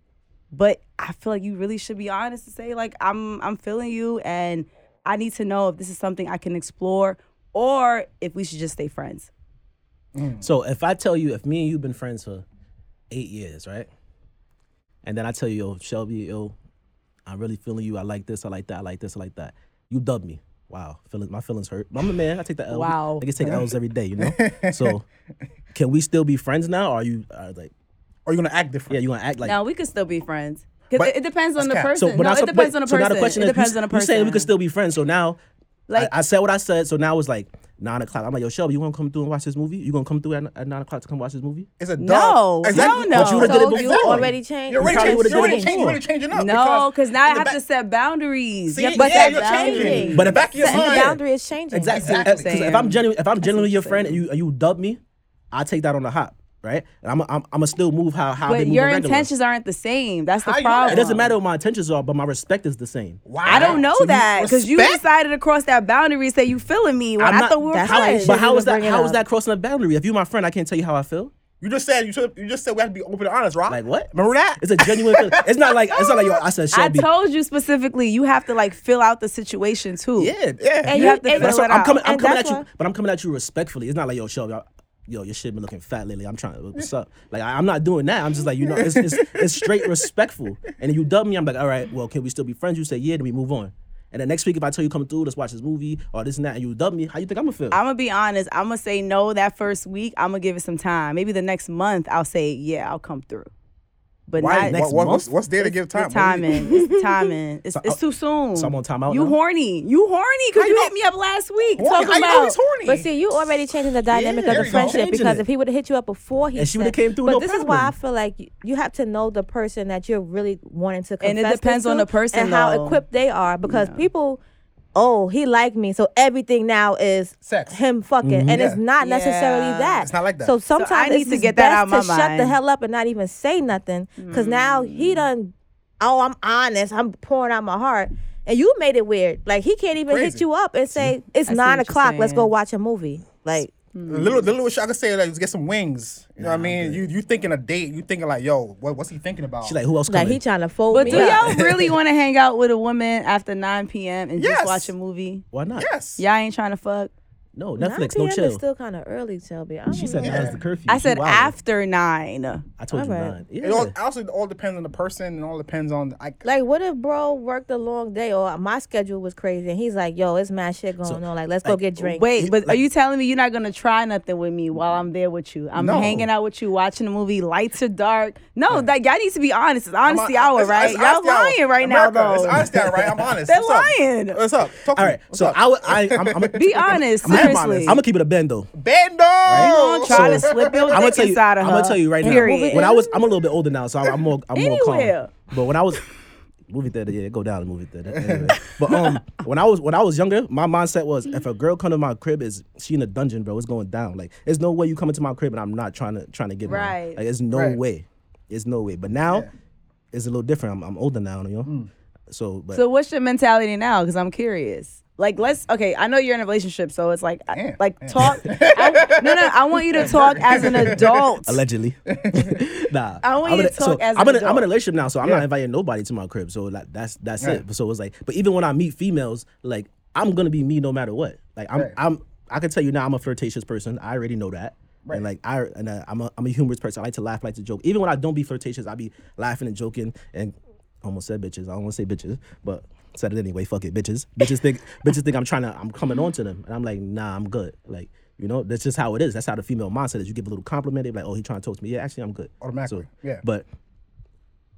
Speaker 4: But I feel like you really should be honest to say like I'm I'm feeling you and I need to know if this is something I can explore or if we should just stay friends.
Speaker 2: So if I tell you, if me and you've been friends for eight years, right? And then I tell you, yo, Shelby, yo, I'm really feeling you. I like this. I like that. I like this. I like that. You dub me. Wow, feelings. My feelings hurt. I'm a man. I take the L.
Speaker 4: Wow.
Speaker 2: I get to take L's every day. You know. so, can we still be friends now? Or are you are like,
Speaker 1: Or you gonna act different?
Speaker 2: yeah, you gonna act like?
Speaker 4: No, we could still be friends. Because
Speaker 1: But-
Speaker 4: it, it depends on the
Speaker 1: cap.
Speaker 4: person. no,
Speaker 2: I
Speaker 4: it
Speaker 2: so-
Speaker 4: depends
Speaker 2: but-
Speaker 4: on the
Speaker 2: so
Speaker 4: person.
Speaker 2: now the question
Speaker 4: it
Speaker 2: is,
Speaker 4: depends
Speaker 2: you,
Speaker 4: on the person.
Speaker 2: you saying we could still be friends? So now,
Speaker 4: Like-
Speaker 2: I, I said what I said. So now it's like nine o'clock. I'm like, yo, Shelby, you gonna come through and watch this movie? You gonna come through at, at nine o'clock to come watch this movie?
Speaker 1: It's a
Speaker 4: No,
Speaker 1: dub. Exactly.
Speaker 4: no, no.
Speaker 1: But you would've did it
Speaker 5: So you
Speaker 1: before.
Speaker 5: already changed-
Speaker 1: You
Speaker 5: You
Speaker 1: already
Speaker 2: probably
Speaker 1: changed.
Speaker 2: would've
Speaker 1: You already
Speaker 2: did it
Speaker 1: changed. You
Speaker 2: before.
Speaker 1: already changing up.
Speaker 4: No, because now I
Speaker 1: in the
Speaker 4: have
Speaker 1: back-
Speaker 4: to set boundaries.
Speaker 1: See,
Speaker 4: Yeah,
Speaker 1: but
Speaker 4: but
Speaker 1: yeah,
Speaker 4: that
Speaker 1: you're changing.
Speaker 5: boundary.
Speaker 1: But the back of your
Speaker 5: Setting the
Speaker 1: mind.
Speaker 5: boundary is changing.
Speaker 2: Exactly.
Speaker 4: That's what I'm
Speaker 2: Because if
Speaker 4: saying.
Speaker 2: I'm genuine, if I'm genuinely your
Speaker 4: I'm
Speaker 2: friend and you and you dub me, I take that on the hop, right? And I'm I'm I'm still move how how they
Speaker 4: but
Speaker 2: move
Speaker 4: your
Speaker 2: regular.
Speaker 4: intentions aren't the same. That's the
Speaker 1: How you know that?
Speaker 4: problem.
Speaker 2: It doesn't matter what my intentions are, but my respect is the same.
Speaker 1: Wow.
Speaker 4: I don't know
Speaker 1: So you
Speaker 4: that because you
Speaker 1: respect?
Speaker 4: decided to cross that boundary and say you feeling me when
Speaker 2: I'm
Speaker 4: I
Speaker 2: not-
Speaker 4: thought we were
Speaker 5: that's
Speaker 2: how-
Speaker 5: why
Speaker 4: friends.
Speaker 5: it
Speaker 2: but
Speaker 5: shouldn't
Speaker 2: how
Speaker 5: even
Speaker 2: is that
Speaker 5: bring it
Speaker 2: how is
Speaker 5: up.
Speaker 2: that crossing a boundary? If you're my friend, I can't tell you how I feel.
Speaker 1: You just said you took, you just said we have to be open and honest, right?
Speaker 2: Like what?
Speaker 1: Remember that?
Speaker 2: It's a genuine. feeling. It's not like it's not like yo. I said
Speaker 4: I
Speaker 2: Shelby.
Speaker 4: told you specifically, you have to like fill out the situation too.
Speaker 2: yeah,
Speaker 1: yeah.
Speaker 4: and you
Speaker 5: Yeah,
Speaker 4: have to
Speaker 5: and
Speaker 4: fill
Speaker 2: That's
Speaker 4: it
Speaker 2: what I'm
Speaker 4: out.
Speaker 2: coming. I'm
Speaker 5: And
Speaker 2: coming at
Speaker 5: that's
Speaker 2: you,
Speaker 5: why-
Speaker 2: but I'm coming at you respectfully. It's not like yo, Shelby. I, yo, your shit been looking fat lately. I'm trying. What's up? Like I, am not doing that. I'm just like you know, it's, it's, it's straight respectful. And if you dub me, I'm like, all right, well, can we still be friends? You say yeah, then we move on. And then next week, if I tell you come through, let's watch this movie or this and that, and you dub me, how you think I'm gonna feel?
Speaker 4: I'm gonna be honest. I'm gonna say no that first week. I'm gonna give it some time. Maybe the next month I'll say yeah, I'll come through. But
Speaker 1: Why?
Speaker 4: not
Speaker 1: What- what- what's, what's there to give time?
Speaker 4: The timing. it's the timing. It's,
Speaker 2: uh,
Speaker 4: it's too soon.
Speaker 2: so I'm on timeout
Speaker 4: You
Speaker 2: now?
Speaker 4: horny. You horny
Speaker 1: How
Speaker 4: because
Speaker 1: you
Speaker 4: you
Speaker 1: know-
Speaker 4: hit me up last week.
Speaker 1: Horny?
Speaker 4: Talking
Speaker 1: How you know
Speaker 4: about
Speaker 1: he's horny?
Speaker 5: But see, you already changing the dynamic
Speaker 1: Yeah,
Speaker 5: of
Speaker 1: there you
Speaker 5: the
Speaker 1: go.
Speaker 5: friendship
Speaker 2: Changing
Speaker 5: because
Speaker 2: it.
Speaker 5: if he would have hit you up before he
Speaker 2: And she would've
Speaker 5: said-
Speaker 2: came through,
Speaker 5: But
Speaker 2: no
Speaker 5: this is why I
Speaker 2: problem.
Speaker 5: feel like you, you have to know the person that you're really wanting to. Confess
Speaker 4: And it
Speaker 5: this
Speaker 4: depends on
Speaker 5: to
Speaker 4: the person,
Speaker 5: and how
Speaker 4: though.
Speaker 5: equipped they are because people. Oh, he liked me, so everything now is
Speaker 1: Sex.
Speaker 5: Him fucking, and it's
Speaker 1: Yeah.
Speaker 5: not necessarily
Speaker 4: Yeah.
Speaker 5: that.
Speaker 1: It's not like that. So I
Speaker 5: So sometimes
Speaker 4: need
Speaker 5: it's
Speaker 4: to
Speaker 5: just
Speaker 4: get that
Speaker 5: best
Speaker 4: out of my
Speaker 5: to Shut the
Speaker 4: mind. Mm.
Speaker 5: hell up and not even say nothing, because now he done. Oh, I'm honest. I'm pouring out my heart, and you made it weird. Like he can't even
Speaker 1: Crazy.
Speaker 5: hit you up and say it's
Speaker 4: see what
Speaker 5: nine
Speaker 4: you're
Speaker 5: o'clock. Let's go
Speaker 4: saying.
Speaker 5: watch a movie. Like
Speaker 1: Little, the little shit I could say like, get some wings. You know what I mean? You you thinking a date? You thinking like, yo, what, what's he thinking about?
Speaker 2: She like, who else
Speaker 5: Like
Speaker 2: coming?
Speaker 5: he trying to fold
Speaker 4: But
Speaker 5: me
Speaker 4: do
Speaker 5: up.
Speaker 4: y'all really want to hang out with a woman after 9 p.m. and
Speaker 1: Yes.
Speaker 4: just watch a movie?
Speaker 2: why not?
Speaker 1: yes.
Speaker 4: Y'all ain't trying to fuck.
Speaker 2: No,
Speaker 5: 9
Speaker 2: Netflix, no
Speaker 5: PM
Speaker 2: chill.
Speaker 5: Is still kind of early, Shelby. I don't
Speaker 2: she said
Speaker 5: know.
Speaker 2: nine is the curfew.
Speaker 4: I
Speaker 2: She
Speaker 4: said
Speaker 2: wildin'.
Speaker 4: after nine.
Speaker 2: I told you
Speaker 5: Alright.
Speaker 2: nine.
Speaker 1: It all,
Speaker 2: Yeah.
Speaker 1: also it all depends on the person, and all depends on like.
Speaker 5: Like, what if bro worked a long day or my schedule was crazy and he's like, "Yo, it's mad shit going on. Like, let's go get drinks."
Speaker 4: Wait, but are you telling me you're not gonna try nothing with me while I'm there with you? I'm
Speaker 1: No.
Speaker 4: hanging out with you, watching the movie. Lights are dark. No, like y'all need to be honest. It's
Speaker 1: I'm
Speaker 4: honesty
Speaker 1: on-
Speaker 4: hour,
Speaker 1: it's-
Speaker 4: right?
Speaker 1: it's
Speaker 4: y'all
Speaker 1: honesty hour.
Speaker 4: lying right
Speaker 1: America,
Speaker 4: now,
Speaker 1: It's
Speaker 4: though.
Speaker 1: honesty hour, right? I'm honest.
Speaker 4: They're
Speaker 1: What's up?
Speaker 4: lying.
Speaker 1: What's up? Talk
Speaker 2: All right, so I would. I, I'm, I'm,
Speaker 4: be honest,
Speaker 1: am honest.
Speaker 4: seriously.
Speaker 2: I'm gonna keep it a bend though.
Speaker 1: Bando.
Speaker 4: Don't try to slip your
Speaker 2: I'm gonna
Speaker 4: dick
Speaker 2: tell you.
Speaker 4: inside of
Speaker 2: I'm
Speaker 4: her.
Speaker 2: gonna tell you right
Speaker 4: Period.
Speaker 2: now. When I was, I'm a little bit older now, so I'm, I'm more, I'm more
Speaker 4: Anywhere.
Speaker 2: calm. But when I was movie theater, yeah, go down to movie theater. Anyway. but um, when I was when I was younger, my mindset was if a girl come to my crib, is she in a dungeon, bro? It's going down. Like there's no way you come into my crib and I'm not trying to trying to get mine.
Speaker 4: Right.
Speaker 2: Like there's no
Speaker 1: Right.
Speaker 2: way. There's no way. But now, it's a little different. I'm, I'm older now, you know. So, but
Speaker 4: So what's your mentality now? Because I'm curious. Like let's okay. I know you're in a relationship, so it's like I-
Speaker 1: Damn.
Speaker 4: like talk. I, no, no. I want you to talk as an adult.
Speaker 2: allegedly. nah,
Speaker 4: I want
Speaker 2: I'm
Speaker 4: you
Speaker 2: in a-
Speaker 4: to talk as
Speaker 2: I'm
Speaker 4: an
Speaker 2: in, a, I'm in a
Speaker 4: adult.
Speaker 2: relationship now, so I'm not inviting nobody to my crib. So like, that's that's it. So it's like, but even when I meet females, like I'm gonna be me no matter what. Like I'm I'm I can tell you now I'm a flirtatious person. I already know that. And like I and uh, I'm a I'm a humorous person. I like to laugh, I like to joke. Even when I don't be flirtatious, I be laughing and joking and almost said bitches. I don't want to say bitches, but said it anyway. Fuck it, bitches. Bitches think bitches think I'm trying to I'm coming on to them, and I'm like, nah, I'm good. Like you know, that's just how it is. That's how the female mindset is. You give a little compliment, they're like, oh, he trying to toast me. Yeah, actually, I'm good.
Speaker 1: Automatically, yeah.
Speaker 2: But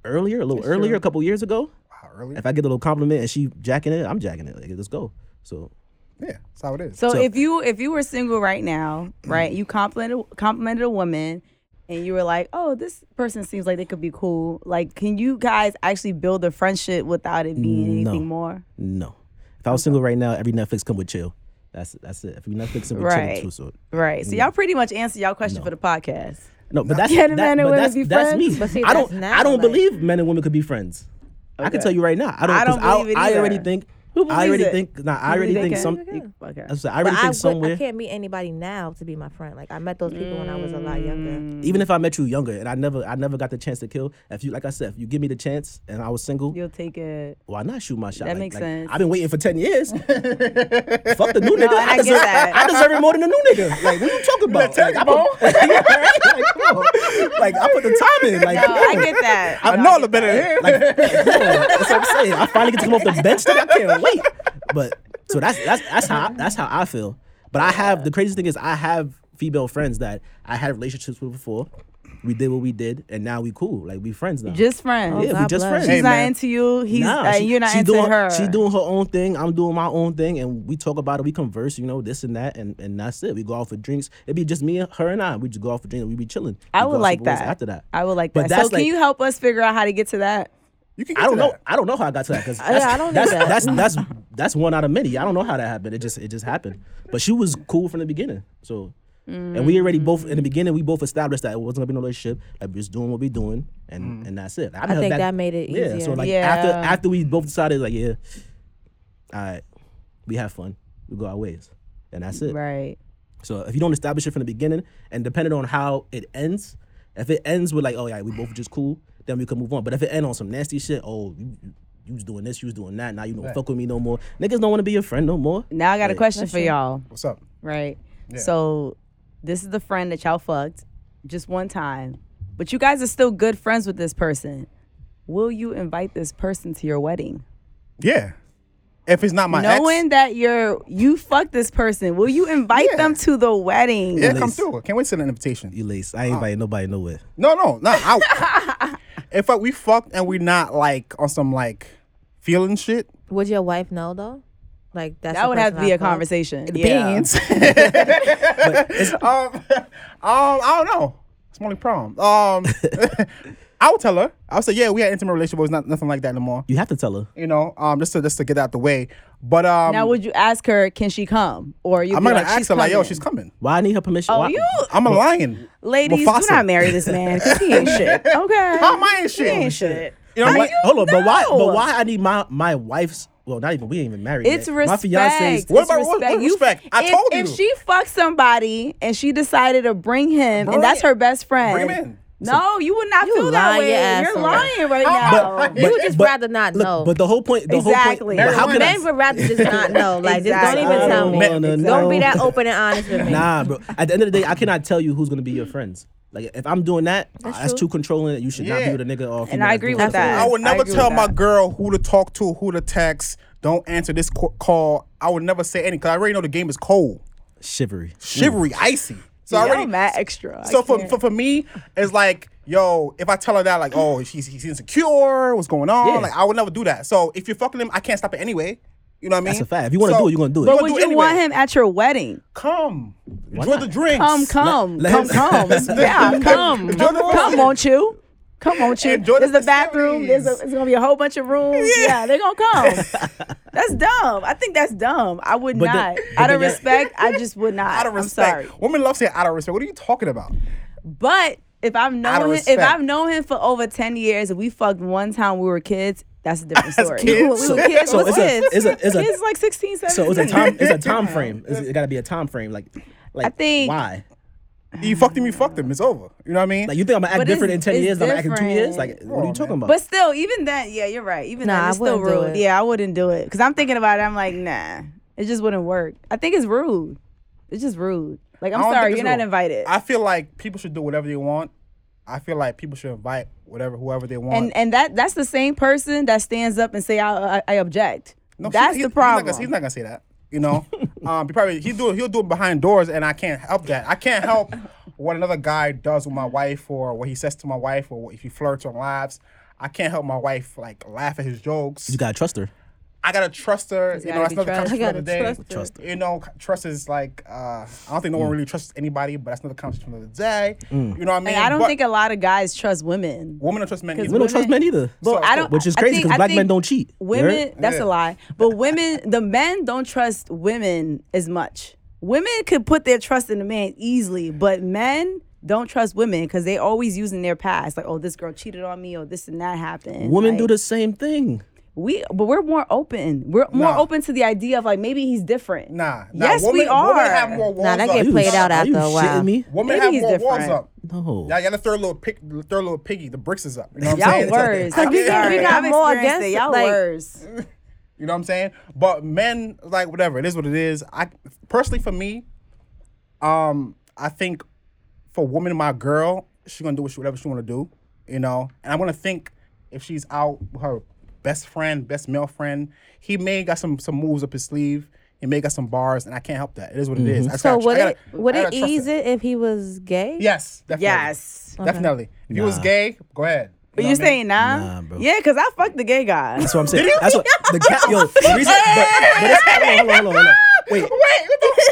Speaker 2: earlier, a little earlier, a couple years ago,
Speaker 1: Wow, really?
Speaker 2: if I get a little compliment and she jacking it, I'm jacking it. Like, let's go. So
Speaker 1: Yeah, that's how it is.
Speaker 4: So,
Speaker 2: So- Mm.
Speaker 4: if you if you were single right now, right, you complimented complimented a woman, and you were like, "Oh, this person seems like they could be cool." Like, can you guys actually build a friendship without it being
Speaker 2: No.
Speaker 4: anything more?
Speaker 2: no. If I was single right now, every Netflix come with chill. That's that's it. Every Netflix come with
Speaker 4: Right.
Speaker 2: chill too. So
Speaker 4: Right. So y'all pretty much answered y'all question for the podcast.
Speaker 2: No, but that's
Speaker 4: Can
Speaker 2: that,
Speaker 4: a man and
Speaker 2: but
Speaker 4: women
Speaker 2: that's,
Speaker 4: be
Speaker 2: that's me.
Speaker 4: friends?
Speaker 5: But see,
Speaker 2: I don't
Speaker 5: that's now,
Speaker 2: I don't
Speaker 5: like-
Speaker 2: believe men and women could be friends. I can tell you right now. I don't.
Speaker 4: I don't
Speaker 2: 'cause
Speaker 4: believe it
Speaker 2: I already
Speaker 4: either.
Speaker 2: think
Speaker 4: Who
Speaker 2: I already
Speaker 4: believes it?
Speaker 2: think. Nah, I
Speaker 4: You
Speaker 2: already
Speaker 4: believe they
Speaker 2: think
Speaker 4: can?
Speaker 2: some.
Speaker 4: You- Okay.
Speaker 2: I said, I
Speaker 5: But
Speaker 2: already think
Speaker 5: I, would, I
Speaker 2: somewhere.
Speaker 5: can't meet anybody now to be my friend. Like I met those people when I was a lot younger.
Speaker 2: Even if I met you younger and I never, I never got the chance to kill. If you, like I said, if you give me the chance and I was single,
Speaker 4: You'll take it.
Speaker 2: why not shoot my shot?
Speaker 4: That
Speaker 2: Like-
Speaker 4: makes
Speaker 2: like,
Speaker 4: sense.
Speaker 2: I've been waiting for ten years. Fuck the new nigga.
Speaker 4: No, and I get
Speaker 2: deserve,
Speaker 4: that.
Speaker 2: I deserve it more than the new nigga. Like what you talking about?
Speaker 1: Tell
Speaker 2: like, I put,
Speaker 1: you, Mo.
Speaker 2: like, come on. Like, I put the time in. Like
Speaker 4: No, I get that.
Speaker 1: I
Speaker 4: No,
Speaker 1: know
Speaker 4: I
Speaker 1: a little
Speaker 4: get
Speaker 1: better
Speaker 4: that.
Speaker 1: than him.
Speaker 2: Like, that's what I'm saying. I finally get to come off the bench. Nigga. I can't wait. But so that's that's that's how that's how I feel. But I have the craziest thing is I have female friends that I had relationships with before. We did what we did, and now we cool. Like we friends now.
Speaker 4: Just friends.
Speaker 2: yeah, we
Speaker 5: God
Speaker 2: just
Speaker 5: bless.
Speaker 2: friends.
Speaker 1: Hey,
Speaker 4: She's not
Speaker 1: man.
Speaker 4: into you. He's
Speaker 2: Nah,
Speaker 4: uh,
Speaker 2: she-
Speaker 4: you're not
Speaker 2: she
Speaker 4: into
Speaker 2: doing,
Speaker 4: her.
Speaker 2: She doing her own thing. I'm doing my own thing, and we talk about it. We converse, you know, this and that, and, and that's it. We go out for drinks. It'd be just me, and her, and I. We just go out for drinks. and We be chilling.
Speaker 4: I
Speaker 2: We go
Speaker 4: would
Speaker 2: out
Speaker 4: like
Speaker 2: somewhere else
Speaker 4: that.
Speaker 2: After that,
Speaker 4: I would like
Speaker 2: But
Speaker 4: that.
Speaker 2: that's
Speaker 4: so
Speaker 2: like-
Speaker 4: can you help us figure out how to get to that?
Speaker 1: You can. Get
Speaker 2: I don't
Speaker 1: to
Speaker 2: know.
Speaker 1: that.
Speaker 2: I don't know how I got to that because
Speaker 5: I- I don't know
Speaker 2: that's,
Speaker 5: that.
Speaker 2: that's that's that's one out of many. I don't know how that happened. It just it just happened. But she was cool from the beginning. So, and we already both in the beginning we both established that it wasn't gonna be no relationship. Like we was doing what we doing, and and that's it.
Speaker 5: I think that made it
Speaker 2: Yeah. So
Speaker 5: easier.
Speaker 2: like
Speaker 4: Yeah.
Speaker 2: after after we both decided like yeah, all right, we have fun, we go our ways, and that's it.
Speaker 4: Right.
Speaker 2: So if you don't establish it from the beginning, and depending on how it ends, if it ends with like, oh yeah, we both just cool, then we can move on. But if it ends on some nasty shit, oh, you, you, you was doing this, you was doing that, now you don't fuck with me no more. Niggas don't want to be your friend no more.
Speaker 4: Now I got a
Speaker 2: Right.
Speaker 4: question for y'all.
Speaker 1: What's up?
Speaker 4: Right. So this is the friend that y'all fucked just one time, but you guys are still good friends with this person. Will you invite this person to your wedding?
Speaker 1: Yeah. If it's not my
Speaker 4: Knowing
Speaker 1: ex,
Speaker 4: that you're you fucked this person, will you invite them to the wedding?
Speaker 1: yeah, come
Speaker 2: Release.
Speaker 1: through. Can't wait to the invitation.
Speaker 2: You lace. I ain't inviting nobody nowhere.
Speaker 1: No, no, no. I, if I, we fucked and we not like on some like feeling shit,
Speaker 5: Would your wife know though? Like that's
Speaker 4: That
Speaker 5: the
Speaker 4: would have to
Speaker 5: person
Speaker 4: be
Speaker 5: I
Speaker 4: a
Speaker 5: fucked?
Speaker 4: conversation.
Speaker 1: beans. um, um, I don't know. It's my only problem. Um, I will tell her. I'll say, yeah, we had intimate relationship, but it's not nothing like that no more.
Speaker 2: You have to tell her.
Speaker 1: You know, um, just to just to get out the way. But um,
Speaker 4: Now, would you ask her? Can she come? Or you?
Speaker 1: I'm
Speaker 4: be
Speaker 1: not gonna
Speaker 4: like,
Speaker 1: ask
Speaker 4: she's
Speaker 1: her like, yo,
Speaker 4: coming.
Speaker 1: she's coming.
Speaker 2: Why I need her permission?
Speaker 4: Oh,
Speaker 2: Why-
Speaker 4: you
Speaker 1: I'm a lion.
Speaker 4: ladies,
Speaker 1: Mufasa.
Speaker 4: do not marry this man because he ain't shit. Okay.
Speaker 1: How am I ain't shit?
Speaker 4: He ain't shit.
Speaker 1: You know
Speaker 2: Why-
Speaker 1: what?
Speaker 2: hold on, but why?
Speaker 4: know.
Speaker 2: But why I need my my wife's? Well, not even we ain't even married.
Speaker 4: It's
Speaker 2: yet.
Speaker 4: respect.
Speaker 2: My fiance's.
Speaker 1: What
Speaker 4: It's
Speaker 1: about- what- what respect? I
Speaker 4: if,
Speaker 1: told you.
Speaker 4: If she fucked somebody and she decided to bring him,
Speaker 1: Bring
Speaker 4: and that's
Speaker 1: it.
Speaker 4: her best friend.
Speaker 1: Bring him in.
Speaker 4: No, you would not
Speaker 5: You
Speaker 4: feel that
Speaker 5: lying
Speaker 4: way.
Speaker 5: your ass
Speaker 4: You're
Speaker 5: off.
Speaker 4: lying right now.
Speaker 2: But,
Speaker 5: You
Speaker 2: but-
Speaker 5: would just
Speaker 2: but-
Speaker 5: rather not
Speaker 2: look,
Speaker 5: know.
Speaker 2: But the whole point. The Whole point,
Speaker 4: Exactly.
Speaker 2: but how can I-
Speaker 5: Men would rather just not know. Like just don't even
Speaker 4: Exactly.
Speaker 5: tell me.
Speaker 2: I don't wanna
Speaker 5: Don't be
Speaker 2: know.
Speaker 5: that open and honest with me.
Speaker 2: Nah, bro. At the end of the day, I cannot tell you who's gonna be your friends. Like if I'm doing that, that's,
Speaker 5: true.
Speaker 2: too controlling. You should
Speaker 1: Yeah.
Speaker 2: not be with a nigga or. a
Speaker 4: And
Speaker 2: female
Speaker 4: I
Speaker 2: that's
Speaker 4: agree
Speaker 2: doing
Speaker 4: with
Speaker 2: something
Speaker 4: that.
Speaker 1: I would
Speaker 4: I
Speaker 1: never
Speaker 4: agree
Speaker 1: tell
Speaker 4: with
Speaker 1: my
Speaker 4: that.
Speaker 1: girl who to talk to, who to text. Don't answer this co- call. I would never say anything because I already know the game is cold,
Speaker 2: Mm. Shivery.
Speaker 1: shivery, icy. So I
Speaker 4: Y'all
Speaker 1: already.
Speaker 4: mad extra. I
Speaker 1: So for,
Speaker 4: can't.
Speaker 1: for for me, it's like, yo, if I tell her that, like, oh, she's he's insecure. What's going on?
Speaker 2: Yeah.
Speaker 1: Like, I would never do that. So if you're fucking him, I can't stop it anyway. You know what I mean?
Speaker 2: That's a fact. If you wanna do it, you gonna do it.
Speaker 1: we're
Speaker 2: But
Speaker 4: would you
Speaker 1: it anyway.
Speaker 4: want him at your wedding?
Speaker 1: Come, enjoy
Speaker 2: not?
Speaker 1: the drinks.
Speaker 4: Come, come,
Speaker 2: let
Speaker 4: come,
Speaker 2: him-
Speaker 4: come. yeah, come,
Speaker 1: Enjoy the
Speaker 4: come,
Speaker 1: festivities.
Speaker 4: won't you? Come, won't you?
Speaker 1: Enjoy the
Speaker 4: There's the bathroom. There's, a,
Speaker 1: festivities.
Speaker 4: there's gonna be a whole bunch of rooms. Yeah, they're gonna come. that's dumb. I think that's dumb. I would
Speaker 2: But the-
Speaker 4: not.
Speaker 2: but
Speaker 4: out of
Speaker 2: the-
Speaker 4: respect, I just would not.
Speaker 1: Out of respect,
Speaker 4: I'm sorry.
Speaker 1: women love saying out of respect. What are you talking about?
Speaker 4: But if
Speaker 1: Out
Speaker 4: I've
Speaker 1: of
Speaker 4: known him, if
Speaker 1: respect.
Speaker 4: I've known him for over ten years, and we fucked one time when we were kids, that's a different story.
Speaker 1: kids?
Speaker 4: We were- we
Speaker 1: So-
Speaker 4: were kids.
Speaker 2: so
Speaker 4: we were
Speaker 2: it's a-
Speaker 4: kids.
Speaker 2: it's a- it's a-
Speaker 4: kids like 16, 17.
Speaker 2: So it's a time. It's a time frame. It's, it gotta be a time frame. Like, like
Speaker 4: I think-
Speaker 2: why?
Speaker 1: You fucked him. You fucked him. It's over. You know what I mean?
Speaker 2: Like you think I'm gonna act
Speaker 4: But it's-
Speaker 2: different in ten
Speaker 4: it's
Speaker 2: years? than I'm gonna act in two years? Like
Speaker 4: different.
Speaker 2: what are you talking about?
Speaker 4: But still, even that, yeah, you're right. Even
Speaker 5: Nah,
Speaker 4: that,
Speaker 5: I
Speaker 4: it's still
Speaker 5: wouldn't do it.
Speaker 4: rude. Yeah, I wouldn't do it because I'm thinking about it. I'm like, nah, it just wouldn't work. I think it's rude. It's just rude. Like I'm
Speaker 1: I don't
Speaker 4: sorry,
Speaker 1: think
Speaker 4: you're
Speaker 1: it's
Speaker 4: not
Speaker 1: real.
Speaker 4: invited.
Speaker 1: I feel like people should do whatever they want. I feel like people should invite whatever whoever they want.
Speaker 4: and and that that's the same person that stands up and say I I, I object.
Speaker 1: No,
Speaker 4: that's
Speaker 1: he-
Speaker 4: the
Speaker 1: he's not gonna-
Speaker 4: problem.
Speaker 1: He's not gonna, say that. You know, um, he probably he do he'll do it behind doors, and I can't help that. I can't help what another guy does with my wife, or what he says to my wife, or if he flirts on lives. I can't help my wife like laugh at his jokes.
Speaker 2: you gotta trust her.
Speaker 1: I gotta trust her. You know, that's
Speaker 4: gotta be
Speaker 1: another
Speaker 4: trust.
Speaker 1: conversation
Speaker 5: I
Speaker 1: for another day.
Speaker 5: gotta trust her. Trust
Speaker 1: You know, c- trust is like uh, I don't think no one really trusts anybody, but that's another conversation for another day. You know what I mean?
Speaker 4: And I don't
Speaker 1: But
Speaker 4: think a lot of guys trust women.
Speaker 1: women don't trust men.
Speaker 4: Because
Speaker 1: either.
Speaker 2: We don't trust men either.
Speaker 4: But I don't.
Speaker 2: Which is
Speaker 4: I
Speaker 2: crazy
Speaker 4: think-
Speaker 2: because
Speaker 4: I
Speaker 2: black men
Speaker 4: think
Speaker 2: don't cheat. You heard?
Speaker 4: Women, that's
Speaker 1: Yeah.
Speaker 4: a lie. But women, the men don't trust women as much. Women could put their trust in a man easily, but men don't trust women because they always using their past. Like, oh, this girl cheated on me, or this and that happened.
Speaker 2: Women
Speaker 4: Like,
Speaker 2: do the same thing.
Speaker 4: we but we're more open. We're more
Speaker 1: Nah.
Speaker 4: open to the idea of like maybe he's different.
Speaker 1: Nah, nah.
Speaker 4: Yes,
Speaker 1: women,
Speaker 4: we are.
Speaker 1: Women have more walls
Speaker 5: Nah, that
Speaker 1: up.
Speaker 5: get played out
Speaker 2: Are
Speaker 5: after
Speaker 2: you
Speaker 5: a while.
Speaker 2: shitting me?
Speaker 1: Women
Speaker 4: Maybe
Speaker 1: have
Speaker 4: he's
Speaker 1: more walls
Speaker 4: different.
Speaker 1: up.
Speaker 2: No.
Speaker 1: Y'all, y'all the third little pig, the third little piggy. The bricks is up. You know what I'm saying?
Speaker 4: Y'all
Speaker 1: It's like-
Speaker 4: words.
Speaker 1: I
Speaker 5: Cause we
Speaker 1: get-
Speaker 5: got- we
Speaker 1: I
Speaker 5: got
Speaker 1: get-
Speaker 4: I've
Speaker 5: more
Speaker 4: experienced it.
Speaker 5: against,
Speaker 4: Y'all
Speaker 5: like-
Speaker 4: words.
Speaker 1: You know what I'm saying? But men, like whatever, it is what it is. I personally for me, um, I think for a woman, my girl, she gonna do what she, whatever she wanna do, you know. And I wanna think if she's out with her best friend, best male friend, he may got some some moves up his sleeve. He may got some bars, and I can't help that. It is what it is. I just
Speaker 5: So
Speaker 1: gotta-
Speaker 5: would
Speaker 1: I gotta-
Speaker 5: it would
Speaker 1: I
Speaker 5: it
Speaker 1: gotta trust
Speaker 5: ease it if he was gay?
Speaker 1: Yes, definitely.
Speaker 4: Yes.
Speaker 1: definitely. If he was
Speaker 2: Nah.
Speaker 1: gay, go ahead.
Speaker 4: But
Speaker 1: know
Speaker 4: you
Speaker 1: what I mean?
Speaker 4: saying nah?
Speaker 2: Nah, bro.
Speaker 4: Yeah, because I fucked the gay guy.
Speaker 2: That's what I'm saying. That's what the cat. Yo, the reason. But, but it's, hold on, hold on, hold on. Wait, wait,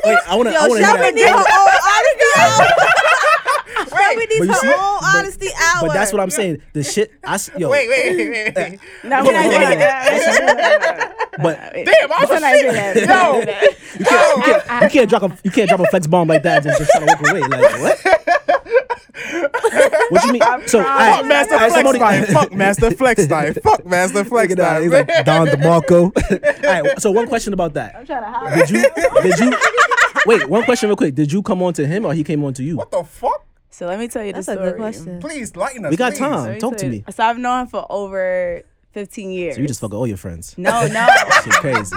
Speaker 2: wait. I want to. I
Speaker 5: Yo,
Speaker 2: want to
Speaker 5: Shelby needs her
Speaker 2: hear that.
Speaker 5: own honesty hour. Shelby
Speaker 2: But
Speaker 5: needs
Speaker 2: you
Speaker 5: her
Speaker 2: see-
Speaker 5: own
Speaker 2: but-
Speaker 5: honesty hour.
Speaker 2: But that's what I'm saying. The shit. I s- yo.
Speaker 1: Wait, wait, wait, wait, wait.
Speaker 4: No, we're
Speaker 2: Hold
Speaker 4: not
Speaker 2: on,
Speaker 4: doing
Speaker 2: hold on.
Speaker 4: that.
Speaker 2: But you
Speaker 1: Damn, I was
Speaker 4: not doing that.
Speaker 1: shit.
Speaker 4: We're
Speaker 1: Yo,
Speaker 4: not doing that.
Speaker 2: can't,
Speaker 1: Oh,
Speaker 2: you, can't, you can't drop a you can't drop a flex bomb like that and just, just try to walk away. Like what? What you mean? So I,
Speaker 1: Fuck Master
Speaker 2: I,
Speaker 1: Flex
Speaker 2: somebody,
Speaker 1: Knife. Fuck Master Flex Knife. Fuck Master
Speaker 2: Look
Speaker 1: Flex
Speaker 2: at that.
Speaker 1: Knife.
Speaker 2: He's like Don DeMarco. All right. So one question about that. I'm trying to hide. Did you? Did you? Wait. One question real quick. Did you come on to him or he came on to you?
Speaker 1: what the fuck?
Speaker 4: So let me tell you the
Speaker 5: That's a
Speaker 4: story.
Speaker 5: good question.
Speaker 1: Please lighten us.
Speaker 2: We got
Speaker 1: please.
Speaker 2: time.
Speaker 4: Let me
Speaker 2: Talk
Speaker 4: tell
Speaker 2: to
Speaker 4: you-
Speaker 2: me.
Speaker 4: So I've known him for over 15 years.
Speaker 2: So you just fuck all your friends.
Speaker 4: No, no.
Speaker 2: Shit crazy.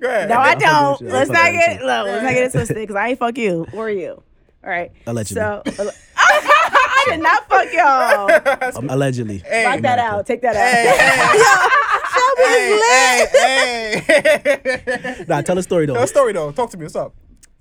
Speaker 1: Go ahead.
Speaker 4: No, I
Speaker 2: I'm fucking with
Speaker 4: don't.
Speaker 2: you. I'm
Speaker 4: Let's not
Speaker 2: fucking with
Speaker 4: get look, let's not get it twisted because I ain't fuck you or you. All right.
Speaker 2: Allegedly.
Speaker 4: So I did not fuck y'all. Lock
Speaker 2: Um, allegedly.
Speaker 4: that out. Take that out.
Speaker 1: Hey, hey, hey.
Speaker 2: Nah, tell a story though.
Speaker 1: Tell a story though. Talk to me. What's up?